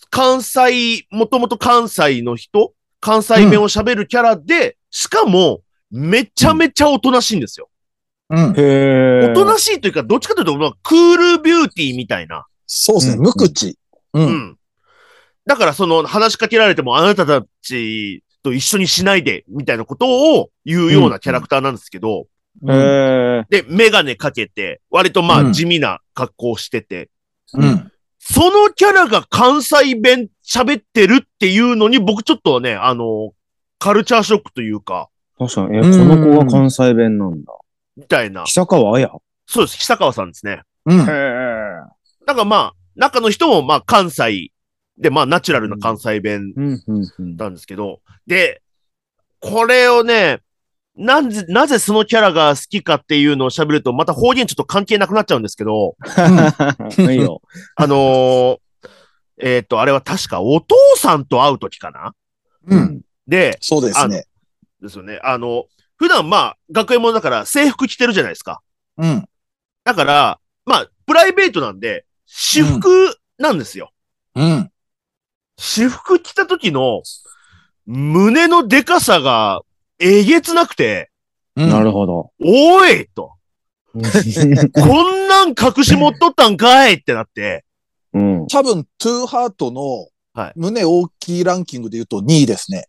関西、もともと関西の人、関西弁を喋るキャラで、しかも、めちゃめちゃおとなしいんですよ。
うん。
へえ。
おとなしいというか、どっちかというと、まあ、クールビューティーみたいな。
そうですね、
うん
無口。う。
うんん。だからその話しかけられてもあなたたちと一緒にしないでみたいなことを言うようなキャラクターなんですけど、
うん
へえ。
で、メガネかけて、割と
う
ま
ん
あ地味な格好をしてて、
うん。
そのキャラが関西弁喋ってるっていうのに僕ちょっとね、あの、カルチャーショックというか、
確かに。え、こ
うん
の子が関西弁なんだ。
みたいな。
久川綾。
そうです、久川さんですね。
うん
へ。え。
なんかまあ、中の人もまあ関西で、まあナチュラルな関西弁
うん、うん、うん。
ったんですけど、で、これをね、なんぜ、なぜそのキャラが好きかっていうのを喋ると、また方言ちょっと関係なくなっちゃうんですけど、
いいよ。
あのー [laughs] えっと、あれは確かお父さんと会う時かな
うん。
ん。
で、
そうですね。
ですよね、あの、普段まあ、学園ものだから制服着てるじゃないですか。
うん。
だから、まあ、プライベートなんで、私服なんですよ。
うん。
私服着た時の、胸のデカさが、えげつなくて、
うん。
なるほど。
おいと、
う
こんなん隠し持っとったんかいってなって、
ん。
多分、トゥーハートの
はい
胸大きいランキングで言うと2位ですね。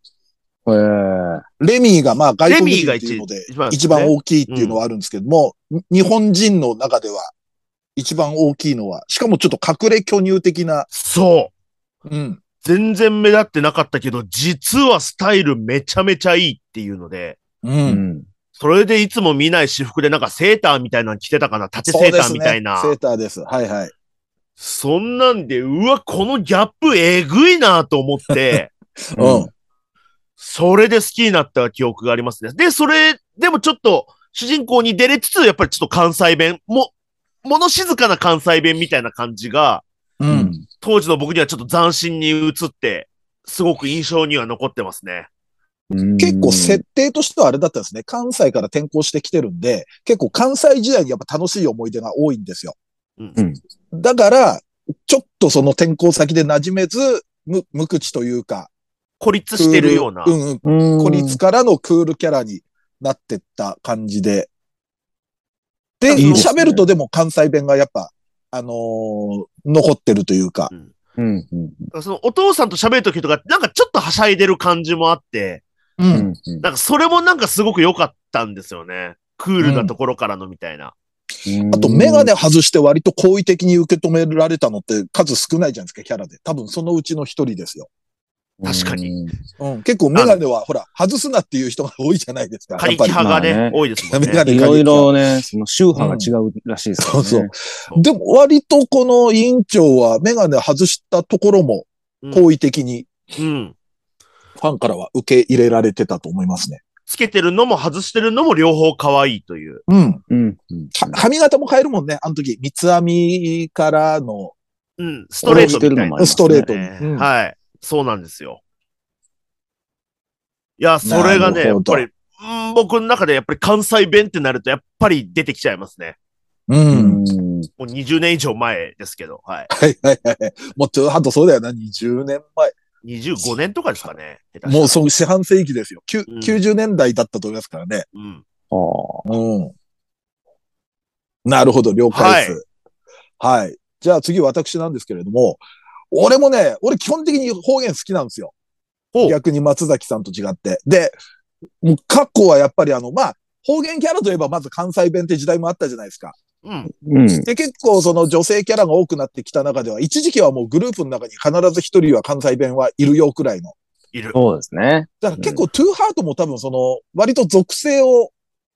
えー
レミーがまあ外
レミ
国
ーが
人っていう
一
ので
番
一番
多
大きいっていうのはあるんですけども、に日本人の中では一番大きいのは、しかもちょっと隠れ巨乳的な、
そう。
うん。
全然目立ってなかったけど、実はスタイルめちゃめちゃいいっていうので、
う。
うんん。
それでいつも見ない私服でなんかセーターみたいなの着てたかな縦
そ
セ
う
ー
で
タ
す
ー
ね
みたいな。
セーターです。はいはい。
そんなんで、うわ、このギャップえぐいなと思って、 [laughs]
うん。
それで好きになった記憶がありますね。で、それでもちょっと主人公に出れつつ、やっぱりちょっと関西弁、も、もの静かな関西弁みたいな感じが、
う。
うんん。
当時の僕にはちょっと斬新に映って、すごく印象には残ってますね。
うん
結構設定としてはあれだったんですね。関西から転校してきてるんで、結構関西時代にやっぱ楽しい思い出が多いんですよ。
うん
うん
だから、ちょっとその転校先で馴染めず、無、無口というか。
孤立してるような。
クールうんうん。
うん
孤立からのクールキャラになってった感じで。で、
いいですね
喋るとでも関西弁がやっぱ、あのー残ってるというか。
うん。うん
そのお父さんと喋るときとか、なんかちょっとはしゃいでる感じもあって、
う。
うんん。うん
なんかそれもなんかすごく良かったんですよね。クールなところからのみたいな。
あと、メガネ外して割と好意的に受け止められたのって数少ないじゃないですか、キャラで。多分そのうちの一人ですよ。
確かに。
うん。結構メガネは、ほら、外すなっていう人が多いじゃないですか。
過
やっ
激
ぱり。
派がね、
まあね
多いですも
[laughs]
んね。
メガネ
いろいろね、その宗派が違うらしいですからね。
そうそうでも割とこの委員長はメガネ外したところも
うん
好意的に
うん。
ファンからは受け入れられてたと思いますね。
つけてるのも外してるのも両方可愛いという。
うん。
うん。うん
は髪型も変えるもんね。あの時、三つ編みからの
うん。ストレートみたいな、
ありますね
ストレートに。
ね
うん
はい。そうなんですよ。いや、それ
な
がね、
る
や
ほ
っ
ど
ぱり、うん僕の中でやっぱり関西弁ってなると、やっぱり出てきちゃいますね。
うん。
うん
もう20年以上前ですけど、はい。
はいはいはい。もうトゥーハートそうだよな。20年前。
25年とかですかね。下手したら
もうそう、四半世紀ですよ。きゅ
うん
90年代だったと思いますからね。
うん。
あ
うん。なるほど、了解です。はい。じゃあ次私なんですけれども、俺もね、俺基本的に方言好きなんですよ。
ほう
逆に松崎さんと違って。で、もう過去はやっぱりあの、まあ、方言キャラといえばまず関西弁って時代もあったじゃないですか。
うん。
うん。
で、結構その女性キャラが多くなってきた中では、一時期はもうグループの中に必ず一人は関西弁はいるよくらいの。
いる。
そうですね。
だから結構トゥーハートも多分その、割と属性を、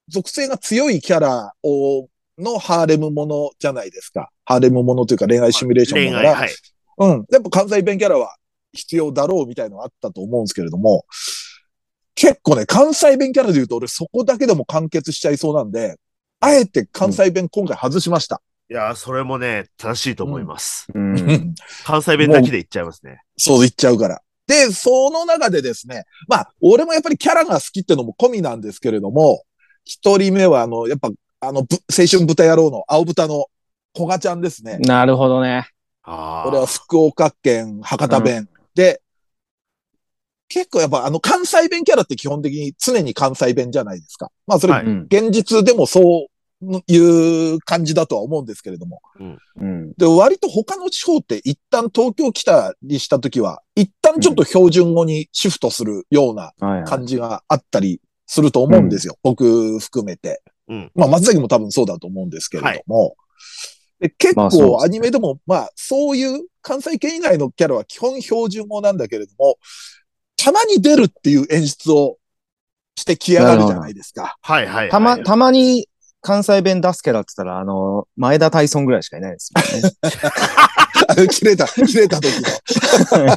属性が強いキャラを、のハーレムものじゃないですか。ハーレムものというか恋愛シミュレーションだ
恋
か
愛、
ら、
はい。
うん。やっぱ関西弁キャラは必要だろうみたいなのあったと思うんですけれども、結構ね、関西弁キャラで言うと俺そこだけでも完結しちゃいそうなんで、あえて関西弁今回外しました。
いや、それもね、正しいと思います。
うん。
[laughs]
関西弁だけで言っちゃいますね。
そう言っちゃうから。で、その中でですね、まあ、俺もやっぱりキャラが好きってのも込みなんですけれども、一人目はあの、やっぱ、あの、ぶ青春豚野郎の青豚の小賀ちゃんですね。
なるほどね。
あ
俺は福岡県博多弁で、結構やっぱあの関西弁キャラって基本的に常に関西弁じゃないですか。まあそれ
はい
うん。
現実でもそういう感じだとは思うんですけれども。
うん。
で、割と他の地方って一旦東京来たりした時は、一旦ちょっと標準語にシフトするような
はいはい。
感じがあったりすると思うんですよ。僕含めて。
うん
まあ、松崎も多分そうだと思うんですけれども。で結
まあそうです
構
ね
アニメでも、まあ、そういう関西圏以外のキャラは基本標準語なんだけれども、たまに出るっていう演出をしてきやがるじゃないですか。
はいはいはい。
たま、たまに関西弁出すキャラって言ったら、あの、前田大尊ぐらいしかいないです
[laughs] 切れた、切れた時の。
もんね。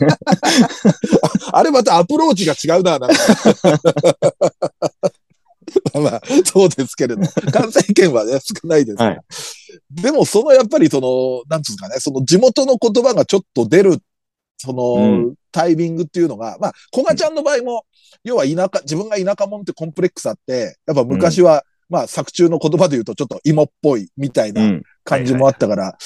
[laughs] あれまたアプローチが違うな、なんか。 [laughs] まあ、そうですけれど、関西圏はね、少ないですから。
はい
でも、そのやっぱりその、なんつうんですかね、その地元の言葉がちょっと出る、そうの、タイミングっていうのが、まあ、こがちゃんの場合も、要は田舎、自分が田舎者ってコンプレックスあって、やっぱ昔は、まあ、作中の言葉で言うとちょっと芋っぽいみたいな
うん。
感じもあったから、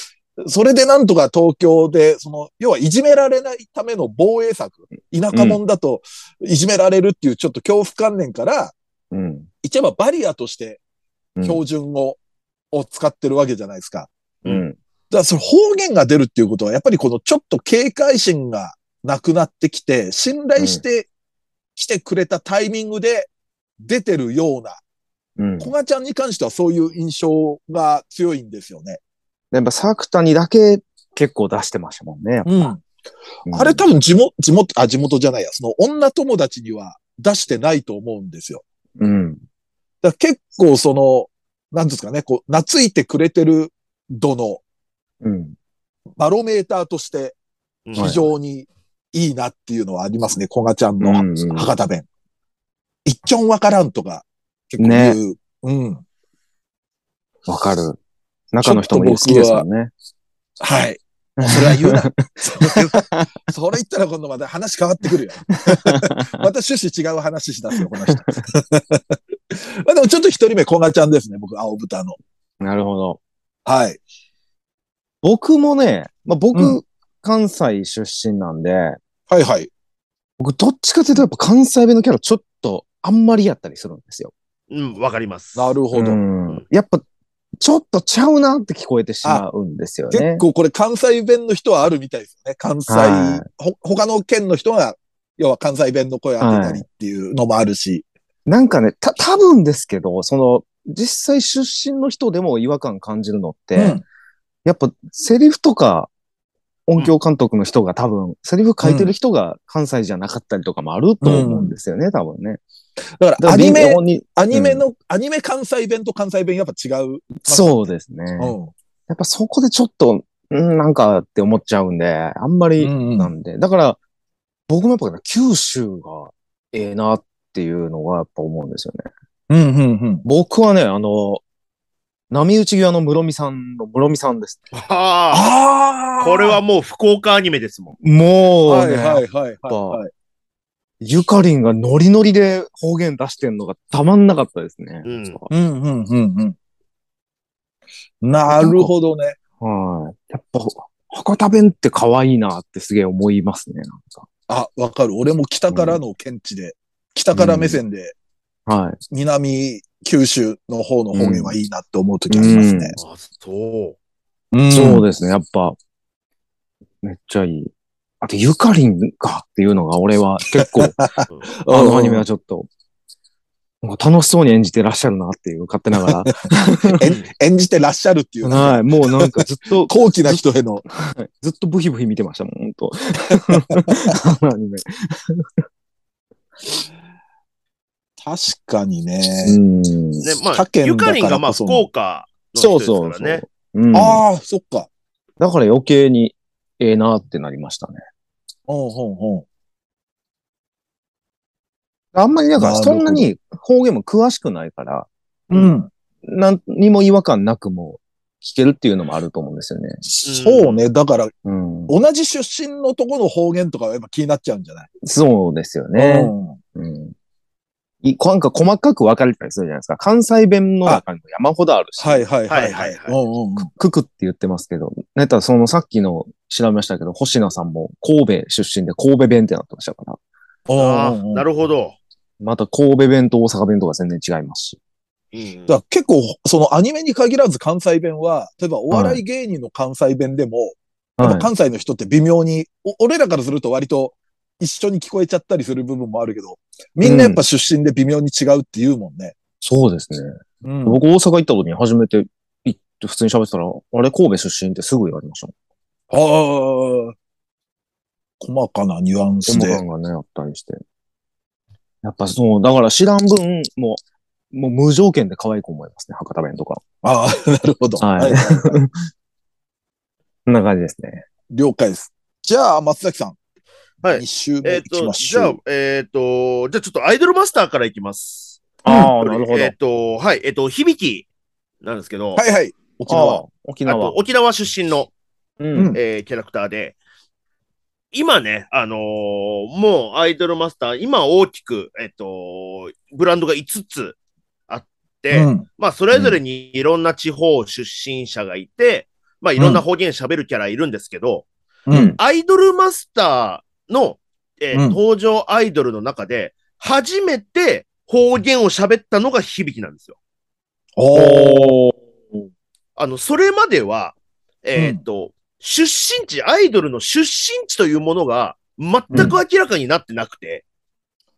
それでなんとか東京で、その、要はいじめられないための防衛策、田舎者だといじめられるっていうちょっと恐怖観念から、
うん。
言っちゃえばバリアとして
うん
標準語を使ってるわけじゃないですか。
[laughs] うん。
だからその方言が出るっていうことは、やっぱりこのちょっと警戒心がなくなってきて、信頼してきてくれたタイミングで出てるような、
うん。
小賀ちゃんに関してはそういう印象が強いんですよね。
やっぱ作田にだけ結構出してましたもんね。
うん。あれ多分地元、地元、あ、地元じゃないや、その女友達には出してないと思うんですよ。
うん。
だから結構その、なんですかね、こう、懐いてくれてる度の
うん。
バロメーターとして
うん
非常にいいなっていうのはありますね、小賀ちゃんの
うんうん
博多弁。一ちょんわからんとか、結構言う。うん。
わかる。中の人も好きですもんね。
はい。それは言うな。それはそれ言ったら今度また話変わってくるよ。また趣旨違う話しだすよ、この人。 [laughs] まあでもちょっと一人目、小賀ちゃんですね、僕、青豚の。
なるほど。
はい。
僕もね、まあ、僕、
う
関西出身なんで、
はいはい。
僕どっちかというとやっぱ関西弁のキャラちょっとあんまりやったりするんですよ。
うん、わかります。
なるほど。
うんやっぱちょっとちゃうなって聞こえてしまうんですよね
結。構これ関西弁の人はあるみたいですよね。関西、
は
ほ他の県の人が、要は関西弁の声を当てたりっていうのもあるし。
なんかね、た、多分ですけど、その、実際出身の人でも違和感感じるのって、
うん
やっぱセリフとか、音響監督の人が多分、セリフ書いてる人が関西じゃなかったりとかもあると思うんですよね、多分ね。
だか
だ
ら
から
アニ
微
メ、
妙に、
アニメの、アニメ関西弁と関西弁やっぱ違う。
そうです
う
ね。
ん。
やっぱそこでちょっと、うん、なんかって思っちゃうんで、あんまり
うん
なんで。だから、僕もやっぱね九州がええなっていうのはやっぱ思うんですよね。
うんうん
僕はね、あの、波打ち際の室見さんの室見さんです。
はあ。
ああ
これはもう福岡アニメですもん。
も
は
う、
い
ね
はいはいはいはい。
ゆかりんがノリノリで方言出してんのがたまんなかったですね。
うん
うんうんうんうん。なるほどね。
はい。やっぱ、博多弁って可愛いなってすげえ思いますね、なんか。
あ、わかる。俺も北からの県知で、北から目線で、
は
南九州の方の方言はいいなって思うときありますね。
あ、そう。
い。そう
で
ですね、やっぱ、めっちゃいい。あと、ゆかりんかっていうのが俺は結
[laughs]
構、
す。
あのアニメはちょっと、なんか楽しそうに演じてらっしゃるなっていう、勝手なが
演じてらっしゃるっていう
ら。
ね、
はい。もうなんかずっと、 [laughs]
高貴な人への。
ずっとブヒブヒ見てましたもん、ほんと。あ [laughs] のアニメ。
確かにね。
うん。
ね、ま
他
あ、
県だ
ゆ
か
からりんがまあ、
こそ
福岡の
そう
人です
そう
か
そ
ら
う。
ね。
うん、
ああ、そっか。
だから余計にええなってなりましたね。
うんうんうん。
あんまりなん
な
か
るほ
そ
ど
んなに方言も詳しくないから、
うん。
何にも違和感なくもう聞けるっていうのもあると思うんですよね。
そうね。だから、
うん、
同じ出身のとこの方言とかはやっぱ気になっちゃうんじゃない
そうですよね。
うん
うんいこなんか細かく分かれたりするじゃないですか。関西弁の中にも山ほどあるし、
はいはいはいは。
はいいはいは
うんうんうん
ククって言ってますけど、ネタそのさっきの調べましたけど、星名さんも神戸出身で神戸弁ってなってましたから、
あ
うんうんう
ー
ん
なるほど。
また神戸弁と大阪弁とか全然違いますし。
うん
だから結構、そのアニメに限らず関西弁は、例えばお笑い芸人の関西弁でも、やっぱ関西の人って微妙に、お俺らからすると割と一緒に聞こえちゃったりする部分もあるけど、みんなやっぱ出身で微妙に違うって言うもんね。
そうですね。
うん
僕大阪行った時に初めて行って普通に喋ってたら、あれ神戸出身ってすぐ言われましたもん。
ああ、細かなニュアンス
細
で。
かがね、あったりして。やっぱそう、だから知らん分、もう、もう無条件で可愛く思いますね、博多弁とか。
ああ、なるほど。
は
はい
いこんな感じですね。
了解です。じゃあ、松崎さん。
はい
2周目
えっ
行き
と、
まし
じゃ
ょ
あ
う。、
えっと、じゃあちょっとアイドルマスターからいきます。
ああ、なるほど。
えっと、はい、えっと、響きなんですけど、
はいはい。沖縄。
沖
あと
縄。
沖縄出身の
うん。
えーキャラクターで、今ね、あのーもうアイドルマスター、今大きく、えっと、ブランドが5つあって、
うん
まあ、それぞれにいろんな地方出身者がいて、まあ、いろんな方言喋るキャラいるんですけど、
うん。
アイドルマスターの、えー
うん
登場アイドルの中で、初めて方言を喋ったのが響きなんですよ。
おー。
おー。
あの、それまでは、えーっと、出身地、アイドルの出身地というものが全く明らかになってなくて、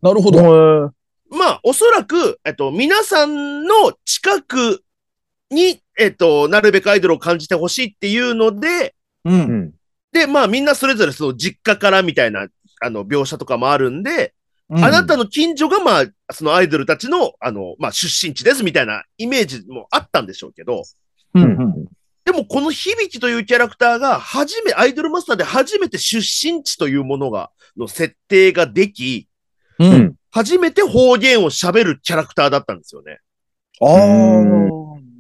なるほど。
ど
まあ、おそらく、えっと、皆さんの近くに、えっと、なるべくアイドルを感じてほしいっていうので、
う。
うんん。
で、まあ、みんなそれぞれその実家からみたいな、あの、描写とかもあるんで、あなたの近所が、まあ、そのアイドルたちの、あの、まあ、出身地ですみたいなイメージもあったんでしょうけど、
うん。
うん
うん
でもこの響きというキャラクターが、初め、アイドルマスターで初めて出身地というものが、の設定ができ、
うん
うん。
初めて方言を喋るキャラクターだったんですよね。
ああ。
だ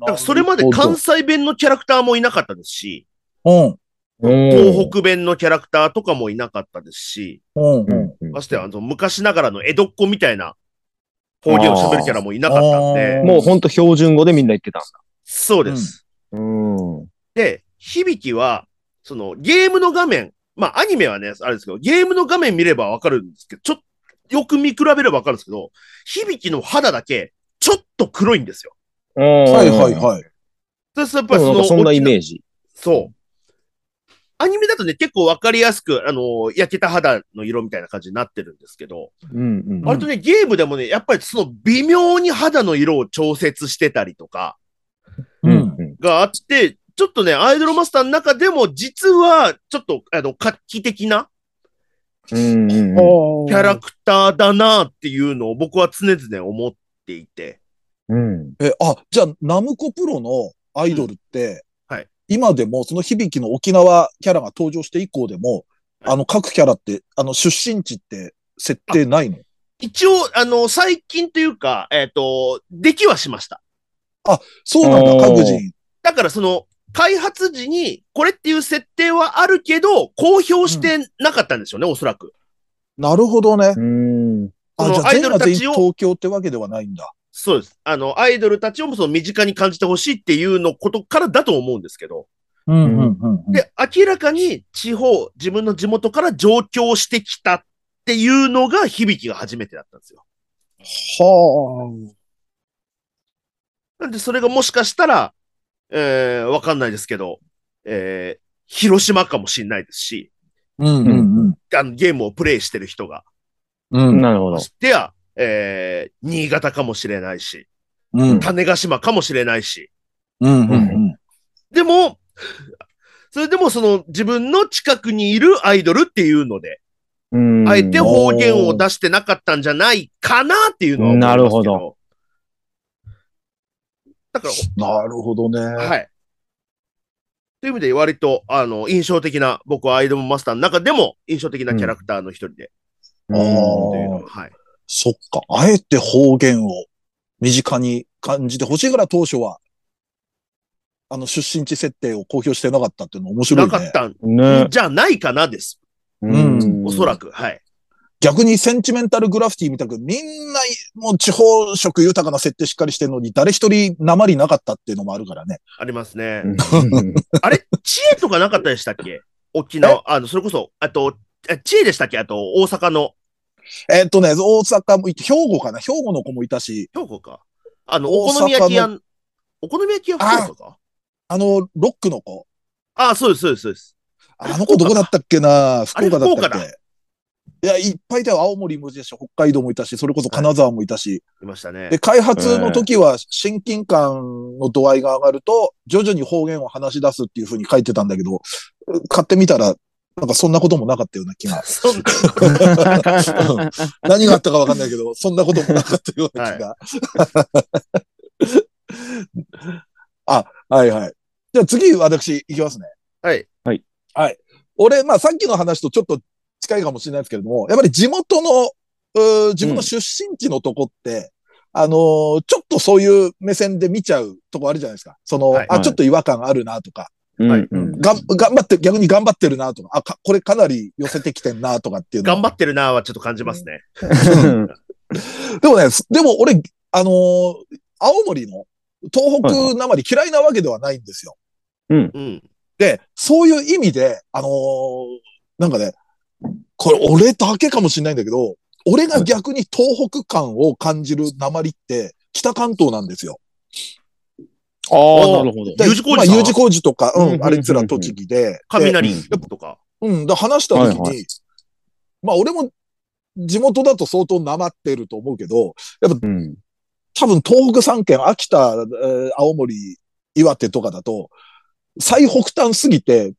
からそれまで関
西。
西弁のキャラクターもいなかったですし、
うん。
東北弁のキャラクターとかもいなかったですし、
うん。
う
うん
うん
ましてやあの昔ながらの江戸っ子みたいな方言を喋るキャラもいなかったん
あ
で
ー、
もうほんと標準語でみんな言ってたんだ。
そうです。
うん。
で、響きは、そのゲームの画面、まあアニメはね、あれですけど、ゲームの画面見ればわかるんですけど、ちょっと、よく見比べればわかるんですけど、響きの肌だけ、ちょっと黒いんですよ。
ん。
は
はいはいはい。
そそやっぱ
で
り
もなんか
その、
そんなイメージ。
そう。アニメだとね、結構わかりやすく、あの焼けた肌の色みたいな感じになってるんですけど、
うんうん。
割とね、ゲームでもね、やっぱりその微妙に肌の色を調節してたりとか
う
う
んん。
うん
があって、ちょっとね、アイドルマスターの中でも、実は、ちょっと、あの、画期的な
うんうんうん。
キ
キャラ。クターだなっていうのを僕は常々思っていて、
うん。
え、あ、じゃあ、ナムコプロのアイドルって、
うんはい
今でも、その響きの沖縄キャラが登場して以降でも、
はい
あの、各キャラって、あの、出身地って設定ないの
一応、あの、最近というか、えっ、と、できはしました。
そうなんだ、
おー
各人。
だからその、開発時に、これっていう設定はあるけど、公表してなかったんでしょうね、おそらく。
なるほどね。
うん。
あ、
その
じゃあ
アイ
全
ド
員が
ルたち
全
を
員東京ってわけではないんだ。
そうです。あの、アイドルたちをもその身近に感じてほしいっていうのことからだと思うんですけど。
うん
うん
うんうん。
で、明らかに地方、自分の地元から上京してきたっていうのが響きが初めてだったんですよ。
は
なんで、それがもしかしたら、えー、わかんないですけど、えー、広島かもしれないですし、
あ。うんうん
あの、ゲームをプレイしてる人が。
うん。うん。
なるほど
ま。してや、えー、新潟かもしれないし、
うん
種子島かもしれないし。
うんうん。
でも、それでもその自分の近くにいるアイドルっていうので、
うん
あえて方言を出してなかったんじゃないかなっていうのは思いますけど。
なるほど。
だか
なるほどね。
ら、はい。という意味で割と、あの、印象的な、僕はアイドルマスターの中でも印象的なキャラクターの一人で、
うん
あ
という
ー
のは、はい。
そっか。あえて方言を身近に感じてほしいから当初は、あの出身地設定を公表してなかったっていうの面白い
な
ね。
かったん
ね。
じゃないかなです。
ん
おそら
く。
く、はい。
逆にセンチメンタルグラフィティみたく、みんなもう地方色豊かな設定しっかりしてるのに、誰一人鉛なかったっていうのもあるからね。
ありますね。
うん
あれ知恵とかなかったでしたっけ沖縄、あの、それこそ、あと、え知恵でしたっけあと、大阪の、
えっとね、大阪もいて、兵庫かな兵庫の子もいたし、
兵庫か。あの、
大阪の
お好み焼き屋、お好み焼き屋福岡か
あの、ロックの子。
ああ、そうです、そうです、そうです。
あの子どこだったっけな
あれ
福岡だったっ
福岡
けいや、いっぱいいたよ。青森もいたし、北海道もいたし、それこそ金沢もいたし。
いましたね
で、。開発の時は親近感の度合いが上がると、徐々に方言を話し出すっていう風に書いてたんだけど、買ってみたら、なんかそんなこともなかったような気が。
そんな、
何があったかわかんないけど、そんなこともなかったような気が。 [laughs] あ、はいはい。じゃあ次、私、いきますね。
はい。
はい。
はい。俺、まあさっきの話とちょっと近いかもしれないですけれども、やっぱり地元の、うー自分の出身地のとこって、あのーちょっとそういう目線で見ちゃうとこあるじゃないですか。その、
はい
あ、
はい
ちょっと違和感あるなとか。
うん
はい
うん
がん、頑張って、逆に頑張ってるなとか、あ、か、これかなり寄せてきてんなとかっていうの
頑張ってるなーはちょっと感じますね。
でもね、すでも俺、あのー青森の東北なまり嫌いなわけではないんですよ。
うん。
で、そういう意味で、あのーなんかね、これ俺だけかもしれないんだけど、俺が逆に東北感を感じるなまりって北関東なんですよ。
ああ、な
お
るほど。
で
U 字工事
まあ
さん
U 字工事とか、
うんうんう
うんん、
うん
あれつら栃木で。で
雷とか。
うん、だ話した時に、
はいは
まあ俺も地元だと相当なまってると思うけど、
うん。
多分東北3県、秋田、えー青森、岩手とかだと、最北端すぎて、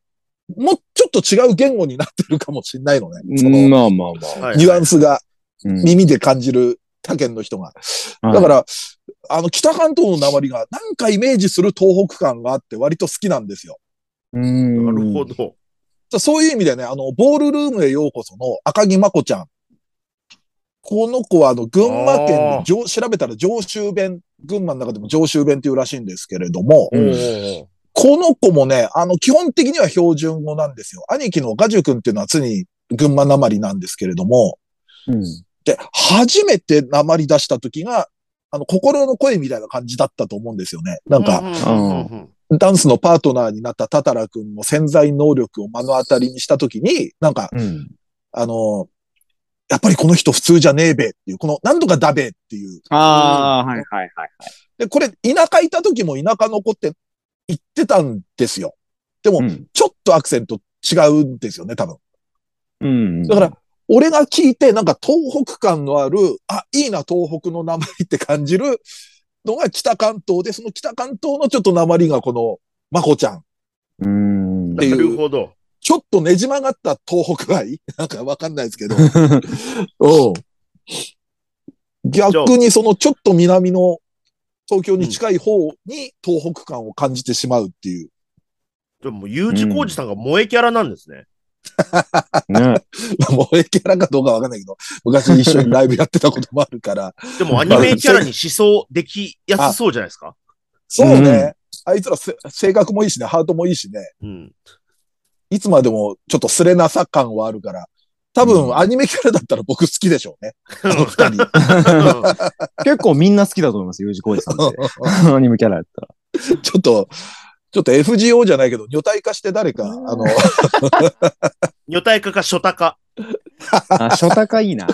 もうちょっと違う言語になってるかもしれないのね。その、
まあまあまあ。
はい
ニュアンスが
うん
耳で感じる他県の人が。
はい
だから、あの、北関東の訛りが、なんかイメージする東北感があって割と好きなんですよ。
うん
なるほど。
じゃあそういう意味でね、あの、ボールルームへようこその赤木まこちゃん。この子は、あの、群馬県
あー
の上、調べたら上州弁、群馬の中でも上州弁っていうらしいんですけれども、
う
お
ん
ー
この子もね、あの、基本的には標準語なんですよ。兄貴のガジュ君っていうのは常に群馬なまりなんですけれども、
うん
で、初めてなまり出した時が、あの、心の声みたいな感じだったと思うんですよね。なんか、
うんうん
ダンスのパートナーになったタタラ君の潜在能力を目の当たりにした時に、なんか、
うん。
あの、やっぱりこの人普通じゃねえべっていう、この、なんとかだべっていう。
ああ、はいはいはい。
で、これ、田舎いた時も田舎の子って言ってたんですよ。でも、
うん
ちょっとアクセント違うんですよね、多分。
うん。
だから、俺が聞いて、なんか東北感のある、あ、いいな、東北の名前って感じるのが北関東で、その北関東のちょっと名前がこの、まこちゃん。
うん。
ていう
なるほど。
ちょっとねじ曲がった東北愛 [laughs] なんかわかんないですけ
[laughs]
ど。うん逆にそのちょっと南の東京に近い方に東北感を感じてしまうっていう。 [laughs]
でも、U 字工事さんが萌えキャラなんですね。
ね。
まあ、萌えキャラかどうかわかんないけど、昔一緒にライブやってたこともあるから。
でも、アニメキャラに思想できやすそうじゃないですか。
そうね。あいつらせ性格もいいしね、ハートもいいしね。
うん。
いつまでもちょっとスレなさ感はあるから、多
うん
分アニメキャラだったら僕好きでしょうね。あの二人。
[laughs] 結構みんな好きだと思います、U 字工事さんって。アニメキャラやったら。
ちょっと、ちょっと FGO じゃないけど、女体化して誰か、あの、 [laughs]
女体化か初体化。
あ、初高いいな。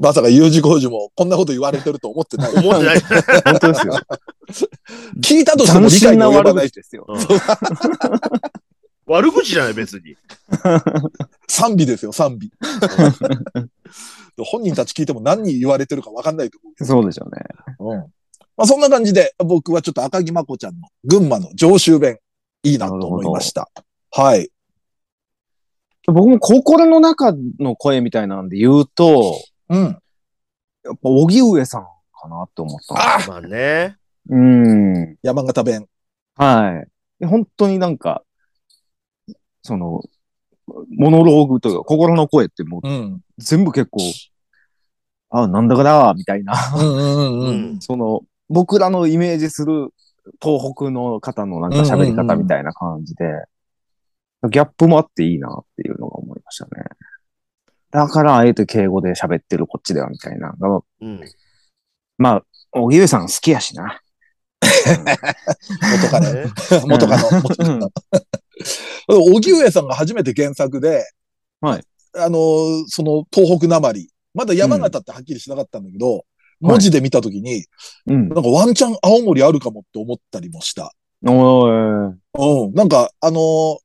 まさか U 字工事もこんなこと言われてると思ってない。
思って [laughs] ない。
本当
[laughs]
ですよ。
聞いたとしても理解が及ばない。
ですよ。
悪口じゃない、別に。
賛美ですよ、賛美。本人たち聞いても何に言われてるかわかんないと思うけ
そうでしょうね。
ど。まあ、そんな感じで、僕はちょっと赤木まこちゃんの群馬の上州弁、いいなと思いました。はい。
僕も心の中の声みたいなんで言うと、
うん。
やっぱ、荻上さんかなって思った。
あ
まあね。
うん。
山形弁。
はい。で本当になんか、その、モノローグというか、心の声ってもう
うん。
全部結構、あ、なんだかだ、みたいな、
うんうん
う
うん。
ん。
その、僕らのイメージする東北の方のなんか喋り方みたいな感じで、ギャップもあっていいなっていうのが思いましたね。だから、あえて敬語で喋ってるこっちではみたいな。
うん。
まあ、おぎゅうさん好きやしな。
元カノ。
ね
[laughs] 元カノ。元カノ。荻上さんが初めて原作で、
はい。
あのー、その東北なまり、まだ山形ってはっきりしなかったんだけど、
うん
文字で見たときに、
うん。
なんかワンチャン青森あるかもって思ったりもした。
おー
うん。なんか、あのー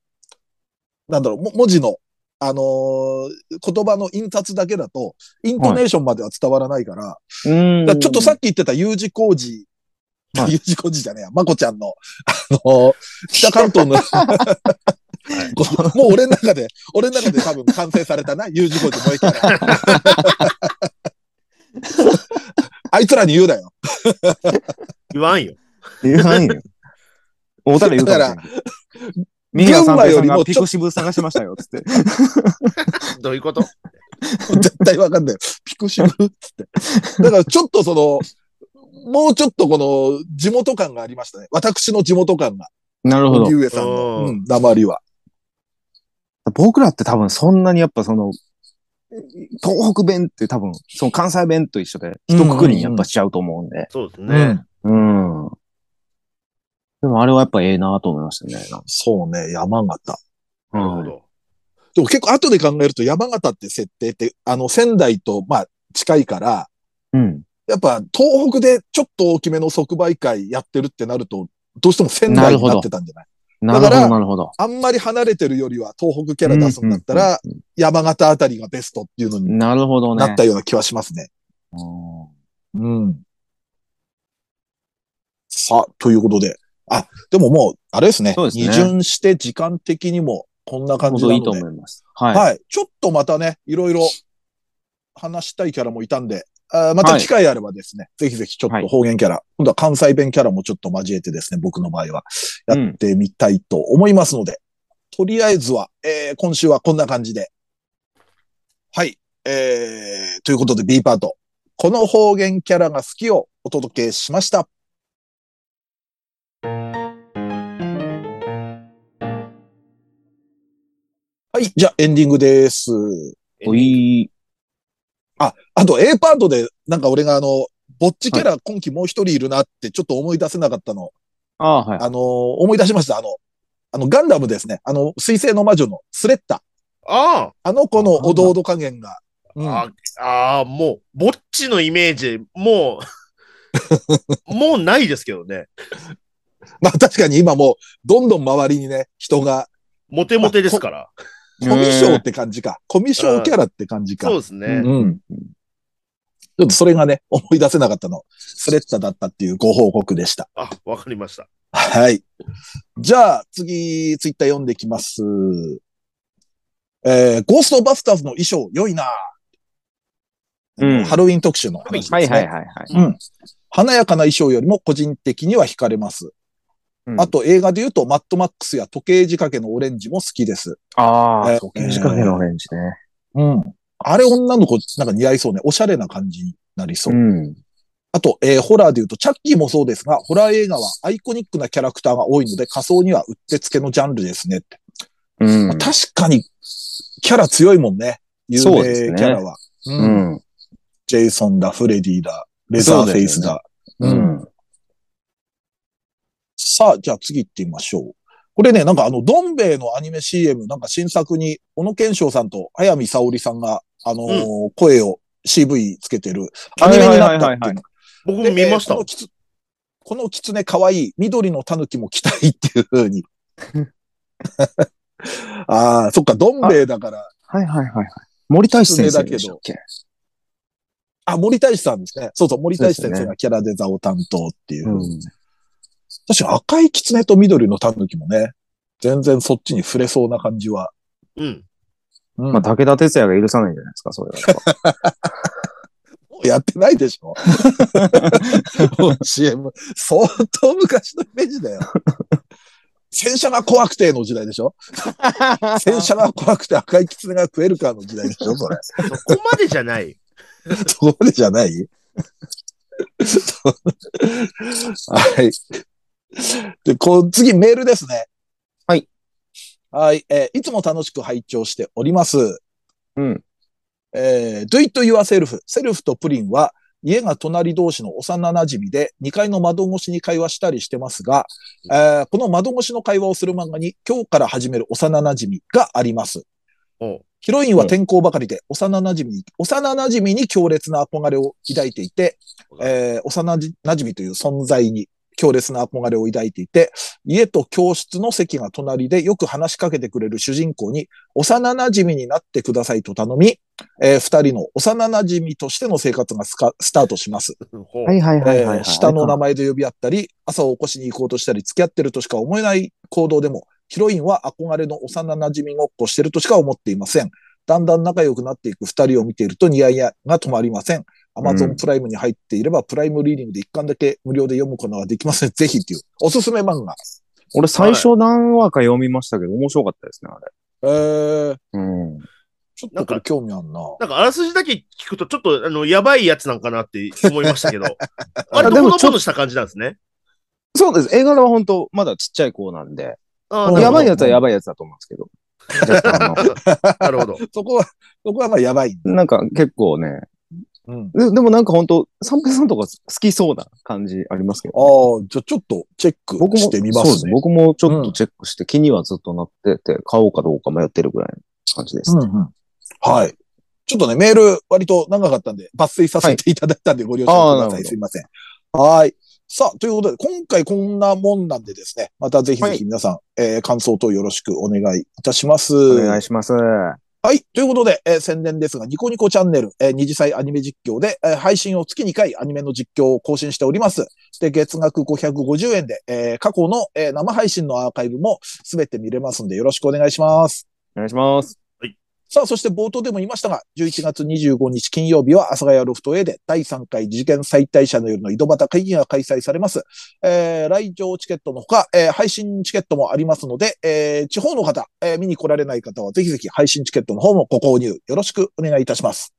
なんだろう、も文字の、あのー言葉の印刷だけだと、イントネーションまでは伝わらないから、
うん。
だからちょっとさっき言ってた U 字工事、
はい
U 字工事じゃねえや、まこちゃんの、あ
[laughs]
のー北関東の、こもう俺の中で、俺の中で多分完成された
[laughs]
な、U 字工事もう一回。 [laughs] あいつらに言うなよ。
言わんよ。
言わ
[laughs]
んよ。おたら言うかもしれない。ミー
ら
ヤさん
群馬
とさ
よ
ん
り
が
も
ピクシブ探しましたよ、つって。
どういうこと
[laughs] 絶対わかんない。ピクシブっつって。だからちょっとその、もうちょっとこの地元感がありましたね。私の地元感が。
なるほど
荻。上さんの、
う
うんん、鉛は。
僕らって多分そんなにやっぱその、東北弁って多分、その関西弁と一緒で、一括りにやっぱしちゃうと思うんで。
そうですね。
うん。でもあれはやっぱええなと思いましたね。
そうね、山形。
なるほど。
でも結構後で考えると山形って設定って、あの、仙台と、まあ、近いから、
うん。
やっぱ東北でちょっと大きめの即売会やってるってなると、どうしても仙台になってたんじゃない
なるほど、なるほど。
あんまり離れてるよりは東北キャラ出すんだったら、
うんうん
山形あたりがベストっていうの
うん、
に
なるほどね。
なったような気はしますね。
うん
うん。さあ、ということで。あ、でももう、あれですね。
そうですね
二巡して時間的にもこんな感じ
ほ
な
ど
ので。
いいと思います。はい。
はい。ちょっとまたね、いろいろ話したいキャラもいたんで、あーまた機会あればですね、ぜひぜひちょっと方言キャラ、今度は関西弁キャラもちょっと交えてですね、僕の場合はやってみたいと思いますので、とりあえずは、えー今週はこんな感じで。はい。えー、ということで B パート。この方言キャラが好きをお届けしました。はい。じゃあエンディングです。
おい
あ、あと A パートで、なんか俺があの、ぼっちキャラ今期もう一人いるなってちょっと思い出せなかったの。
ああ、はい。
あのー、思い出しました。あの、あの、ガンダムですね。あの、水星の魔女のスレッタ。
あ
あの子のおどおど加減が。う
あ、
ん
ああー、もう、ぼっちのイメージ、も [laughs] う、もうないですけどね。
まあ確かに今もう、どんどん周りにね、人が、
モテモテですから。
コミュ障って感じか。コミュ障キャラって感じか。
そうです
う
ね。
ん。ちょっとそれがね、思い出せなかったの。スレッタだったっていうご報告でした。
あ、わかりました。
はい。じゃあ、次、ツイッター読んできます。えー、ゴーストバスターズの衣装、良いな、
うん
ハロウィン特集の話です、
は
ね。
いはいはいはい。
うん。華やかな衣装よりも個人的には惹かれます。
うん
あと映画で言うと、マッドマックスや時計仕掛けのオレンジも好きです。
あ
え
あ、
ー
時計仕掛けのオレンジね。
うん。あれ女の子なんか似合いそうね。おしゃれな感じになりそう。
ん。
あと、えーホラーで言うと、チャッキーもそうですが、ホラー映画はアイコニックなキャラクターが多いので、仮想にはうってつけのジャンルですねって。
うん
まあ確かに、キャラ強いもんね。有
そうです
名
ね
キャラは。う
うんん。
ジェイソンだ、フレディだ、レザーフェイスだ。うん
うん。
さあ、じゃあ次行ってみましょう。これね、なんかあの、どん兵衛のアニメ CM、なんか新作に、小野賢章さんと早見沙織さんが、あのー声を CV つけてる、アニメになったっていうの。
僕も
で
見ました
えーこ。のキツこのキツネかわいい、緑の狸も着たいっていう風 [laughs] に。ああ、そっか、どん兵衛だから、
はいはいはいはい。森大志先生でしたっけ
あ、森大志さんですね。そうそう、森大志先
そ
生
うです
がキャラデザを担当っていう。
うん
確か赤い狐と緑の狸もね、全然そっちに触れそうな感じは。
うん。
うん
まあ、武田鉄矢が許さないんじゃないですか、それは。
もうやってないでし
[laughs]
ょもう ?CM。相当昔のイメー
[laughs]
ジだよ。戦車が怖くての時代でしょ [laughs] 戦車が怖くて赤い狐が食えるかの時代でしょそれ。
そこまでじゃない。
そこまでじゃない [laughs] はい。で、こう、次メールですね。
はい。
はい。えーいつも楽しく拝聴しております。
うん。
えー do it yourself. セルフとプリンは、家が隣同士の幼馴染で、2階の窓越しに会話したりしてますが、えーこの窓越しの会話をする漫画に、今日から始める幼馴染があります。
おう
ヒロインは転校ばかりで、幼馴染に、幼馴染に強烈な憧れを抱いていて、えー幼馴染という存在に強烈な憧れを抱いていて、家と教室の席が隣でよく話しかけてくれる主人公に、幼馴染になってくださいと頼み、えー二人の幼馴染としての生活がスカスタートします。
ほ
[laughs]
う
はいはいはい
え
はい。
ー下の名前で呼び合ったり、朝を起こしに行こうとしたり、付き合ってるとしか思えない行動でも、ヒロインは憧れの幼馴染みごっこしてるとしか思っていません。だんだん仲良くなっていく二人を見ているとニヤニヤが止まりません。アマゾンプライムに入っていれば、プライムリーディングで一巻だけ無料で読むことができません。ぜひっていう、おすすめ漫画。
俺最初何話か読みましたけど、面白かったですね、あれ。
えー、
うん。
ちょっとこれ興味あんな。
なんか、あらすじだけ聞くと、ちょ
[laughs]
っと、あの、やばいやつなんかなって思いましたけど、割
あ
と
で
ほ
も
の
ちょ
ぼのした感じなんですね。
そうです。映画は本当まだちっちゃい子なんで、
あ
う
あ、
ん
な
や
るほ
ばいやつはやばいやつだと思うんですけど。
[laughs]
若干あの
ど。なるほど。
そこは、そこはまあやばい。
なんか結構ね、
うん。
ででもなんか本当三平さんとか好きそうな感じありますけ
あ
ど、
あ、じゃあちょっとチェック
僕も、
してみま
そうですす
ね。
僕もちょっとチェックして、気にはずっとなってて、買おうかどうか迷ってるぐらいの感じです。
うんうんはい。ちょっとね、メール割と長かったんで、抜粋させていただいたんでご了承ください。
あーなるほど
すいません。はい。さあ、ということで、今回こんなもんなんでですね、またぜひぜひ皆さん、えー感想等よろしくお願いいたします。
お願いします。
はい。ということで、えー宣伝ですが、ニコニコチャンネル、えー二次祭アニメ実況で、えー配信を月2回アニメの実況を更新しております。で、月額550円で、えー過去の、えー生配信のアーカイブもすべて見れますんで、よろしくお願いします。
お願いします。
さあ、そして冒頭でも言いましたが、11月25日金曜日は、阿佐ヶ谷ロフト A で第3回事件再退者の夜の井戸端会議が開催されます。えー来場チケットのほか、えー配信チケットもありますので、えー地方の方、えー見に来られない方は、ぜひぜひ配信チケットの方もご購入よろしくお願いいたします。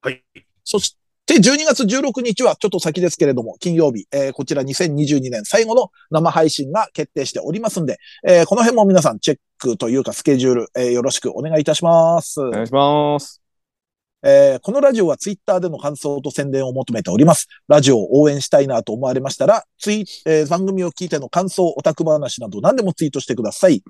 はい。
そして、12月16日は、ちょっと先ですけれども、金曜日、えーこちら2022年最後の生配信が決定しておりますんで、えーこの辺も皆さんチェックというか、スケジュール、えーよろしくお願いいたします。
お願いします。
えーこのラジオはツイッターでの感想と宣伝を求めております。ラジオを応援したいなと思われましたら、ツイ、えー番組を聞いての感想、オタク話など何でもツイートしてください。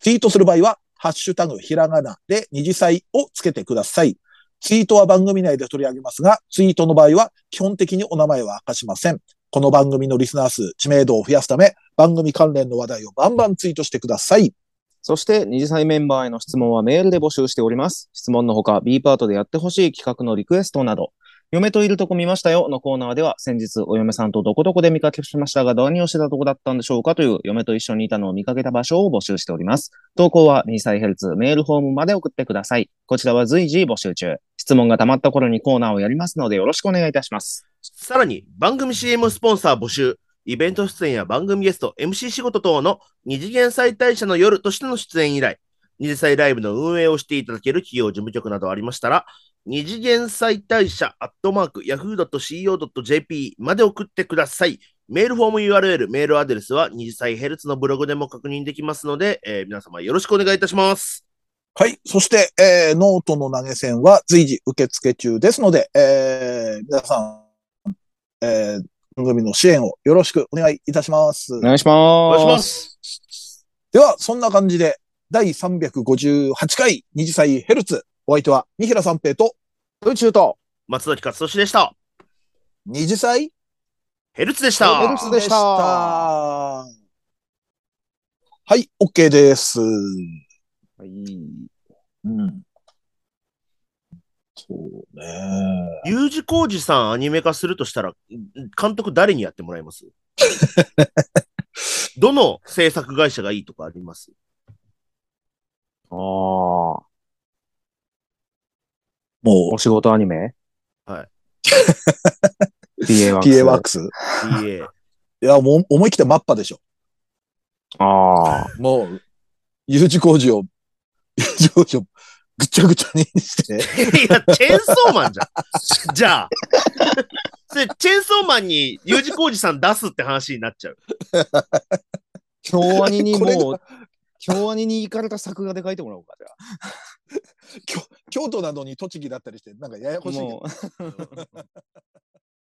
ツイートする場合は、ハッシュタグひらがなで二次祭をつけてください。ツイートは番組内で取り上げますが、ツイートの場合は基本的にお名前は明かしません。この番組のリスナー数、知名度を増やすため、番組関連の話題をバンバンツイートしてください。
そして、二次祭メンバーへの質問はメールで募集しております。質問のほか、B パートでやってほしい企画のリクエストなど、嫁といるとこ見ましたよのコーナーでは、先日お嫁さんとどこどこで見かけしましたが、何をしてたとこだったんでしょうかという、嫁と一緒にいたのを見かけた場所を募集しております。投稿は二歳ヘルツメールフォームまで送ってください。こちらは随時募集中。質問が溜まった頃にコーナーをやりますので、よろしくお願いいたします。
さらに、番組 CM スポンサー募集、イベント出演や番組ゲスト、MC 仕事等の二次元再退社の夜としての出演以来、二次祭ライブの運営をしていただける企業事務局などありましたら、二次元再退社アットマーク yahoo.co.jp まで送ってください。メールフォーム URL、メールアドレスは二次祭ヘルツのブログでも確認できますので、えー皆様よろしくお願いいたします。
はい。そして、えーノートの投げ銭は随時受付中ですので、えー皆さん、えー番組の支援をよろしくお願いいたします。
お願いし
お
ま
願い
す。
します。
では、そんな感じで、第358回二次祭ヘルツ、お相手は、三平三平と、
宇宙と、
松崎勝利でした。
二次祭
ヘルツでし
ヘ
た
ル。ツでした
はい、OK です。う
はい
ん。そうね。
U 字工事さんアニメ化するとしたら、ん監督誰にやってもらいます [laughs] どの制作会社がいいとかあります
ああ。
も
お仕事アニメ。
はい
PA
う、
ワークス。
PA ワークス
?PA。
いや、もう思い切ってマッパでしょ。
ああ。
もう、U 字工事を、U [laughs] 字工事をぐちゃぐちゃにして、
いや、チェーンソーマンじゃん。じ [laughs] ゃあ。それチェーンソーマンに U 字工事さん出すって話になっちゃう。
京アニに
これが
もう、京アニに行かれた作画で書いてもらおうか、じゃあ。
京都などに栃木だったりして、なんかややこしいけど。
もう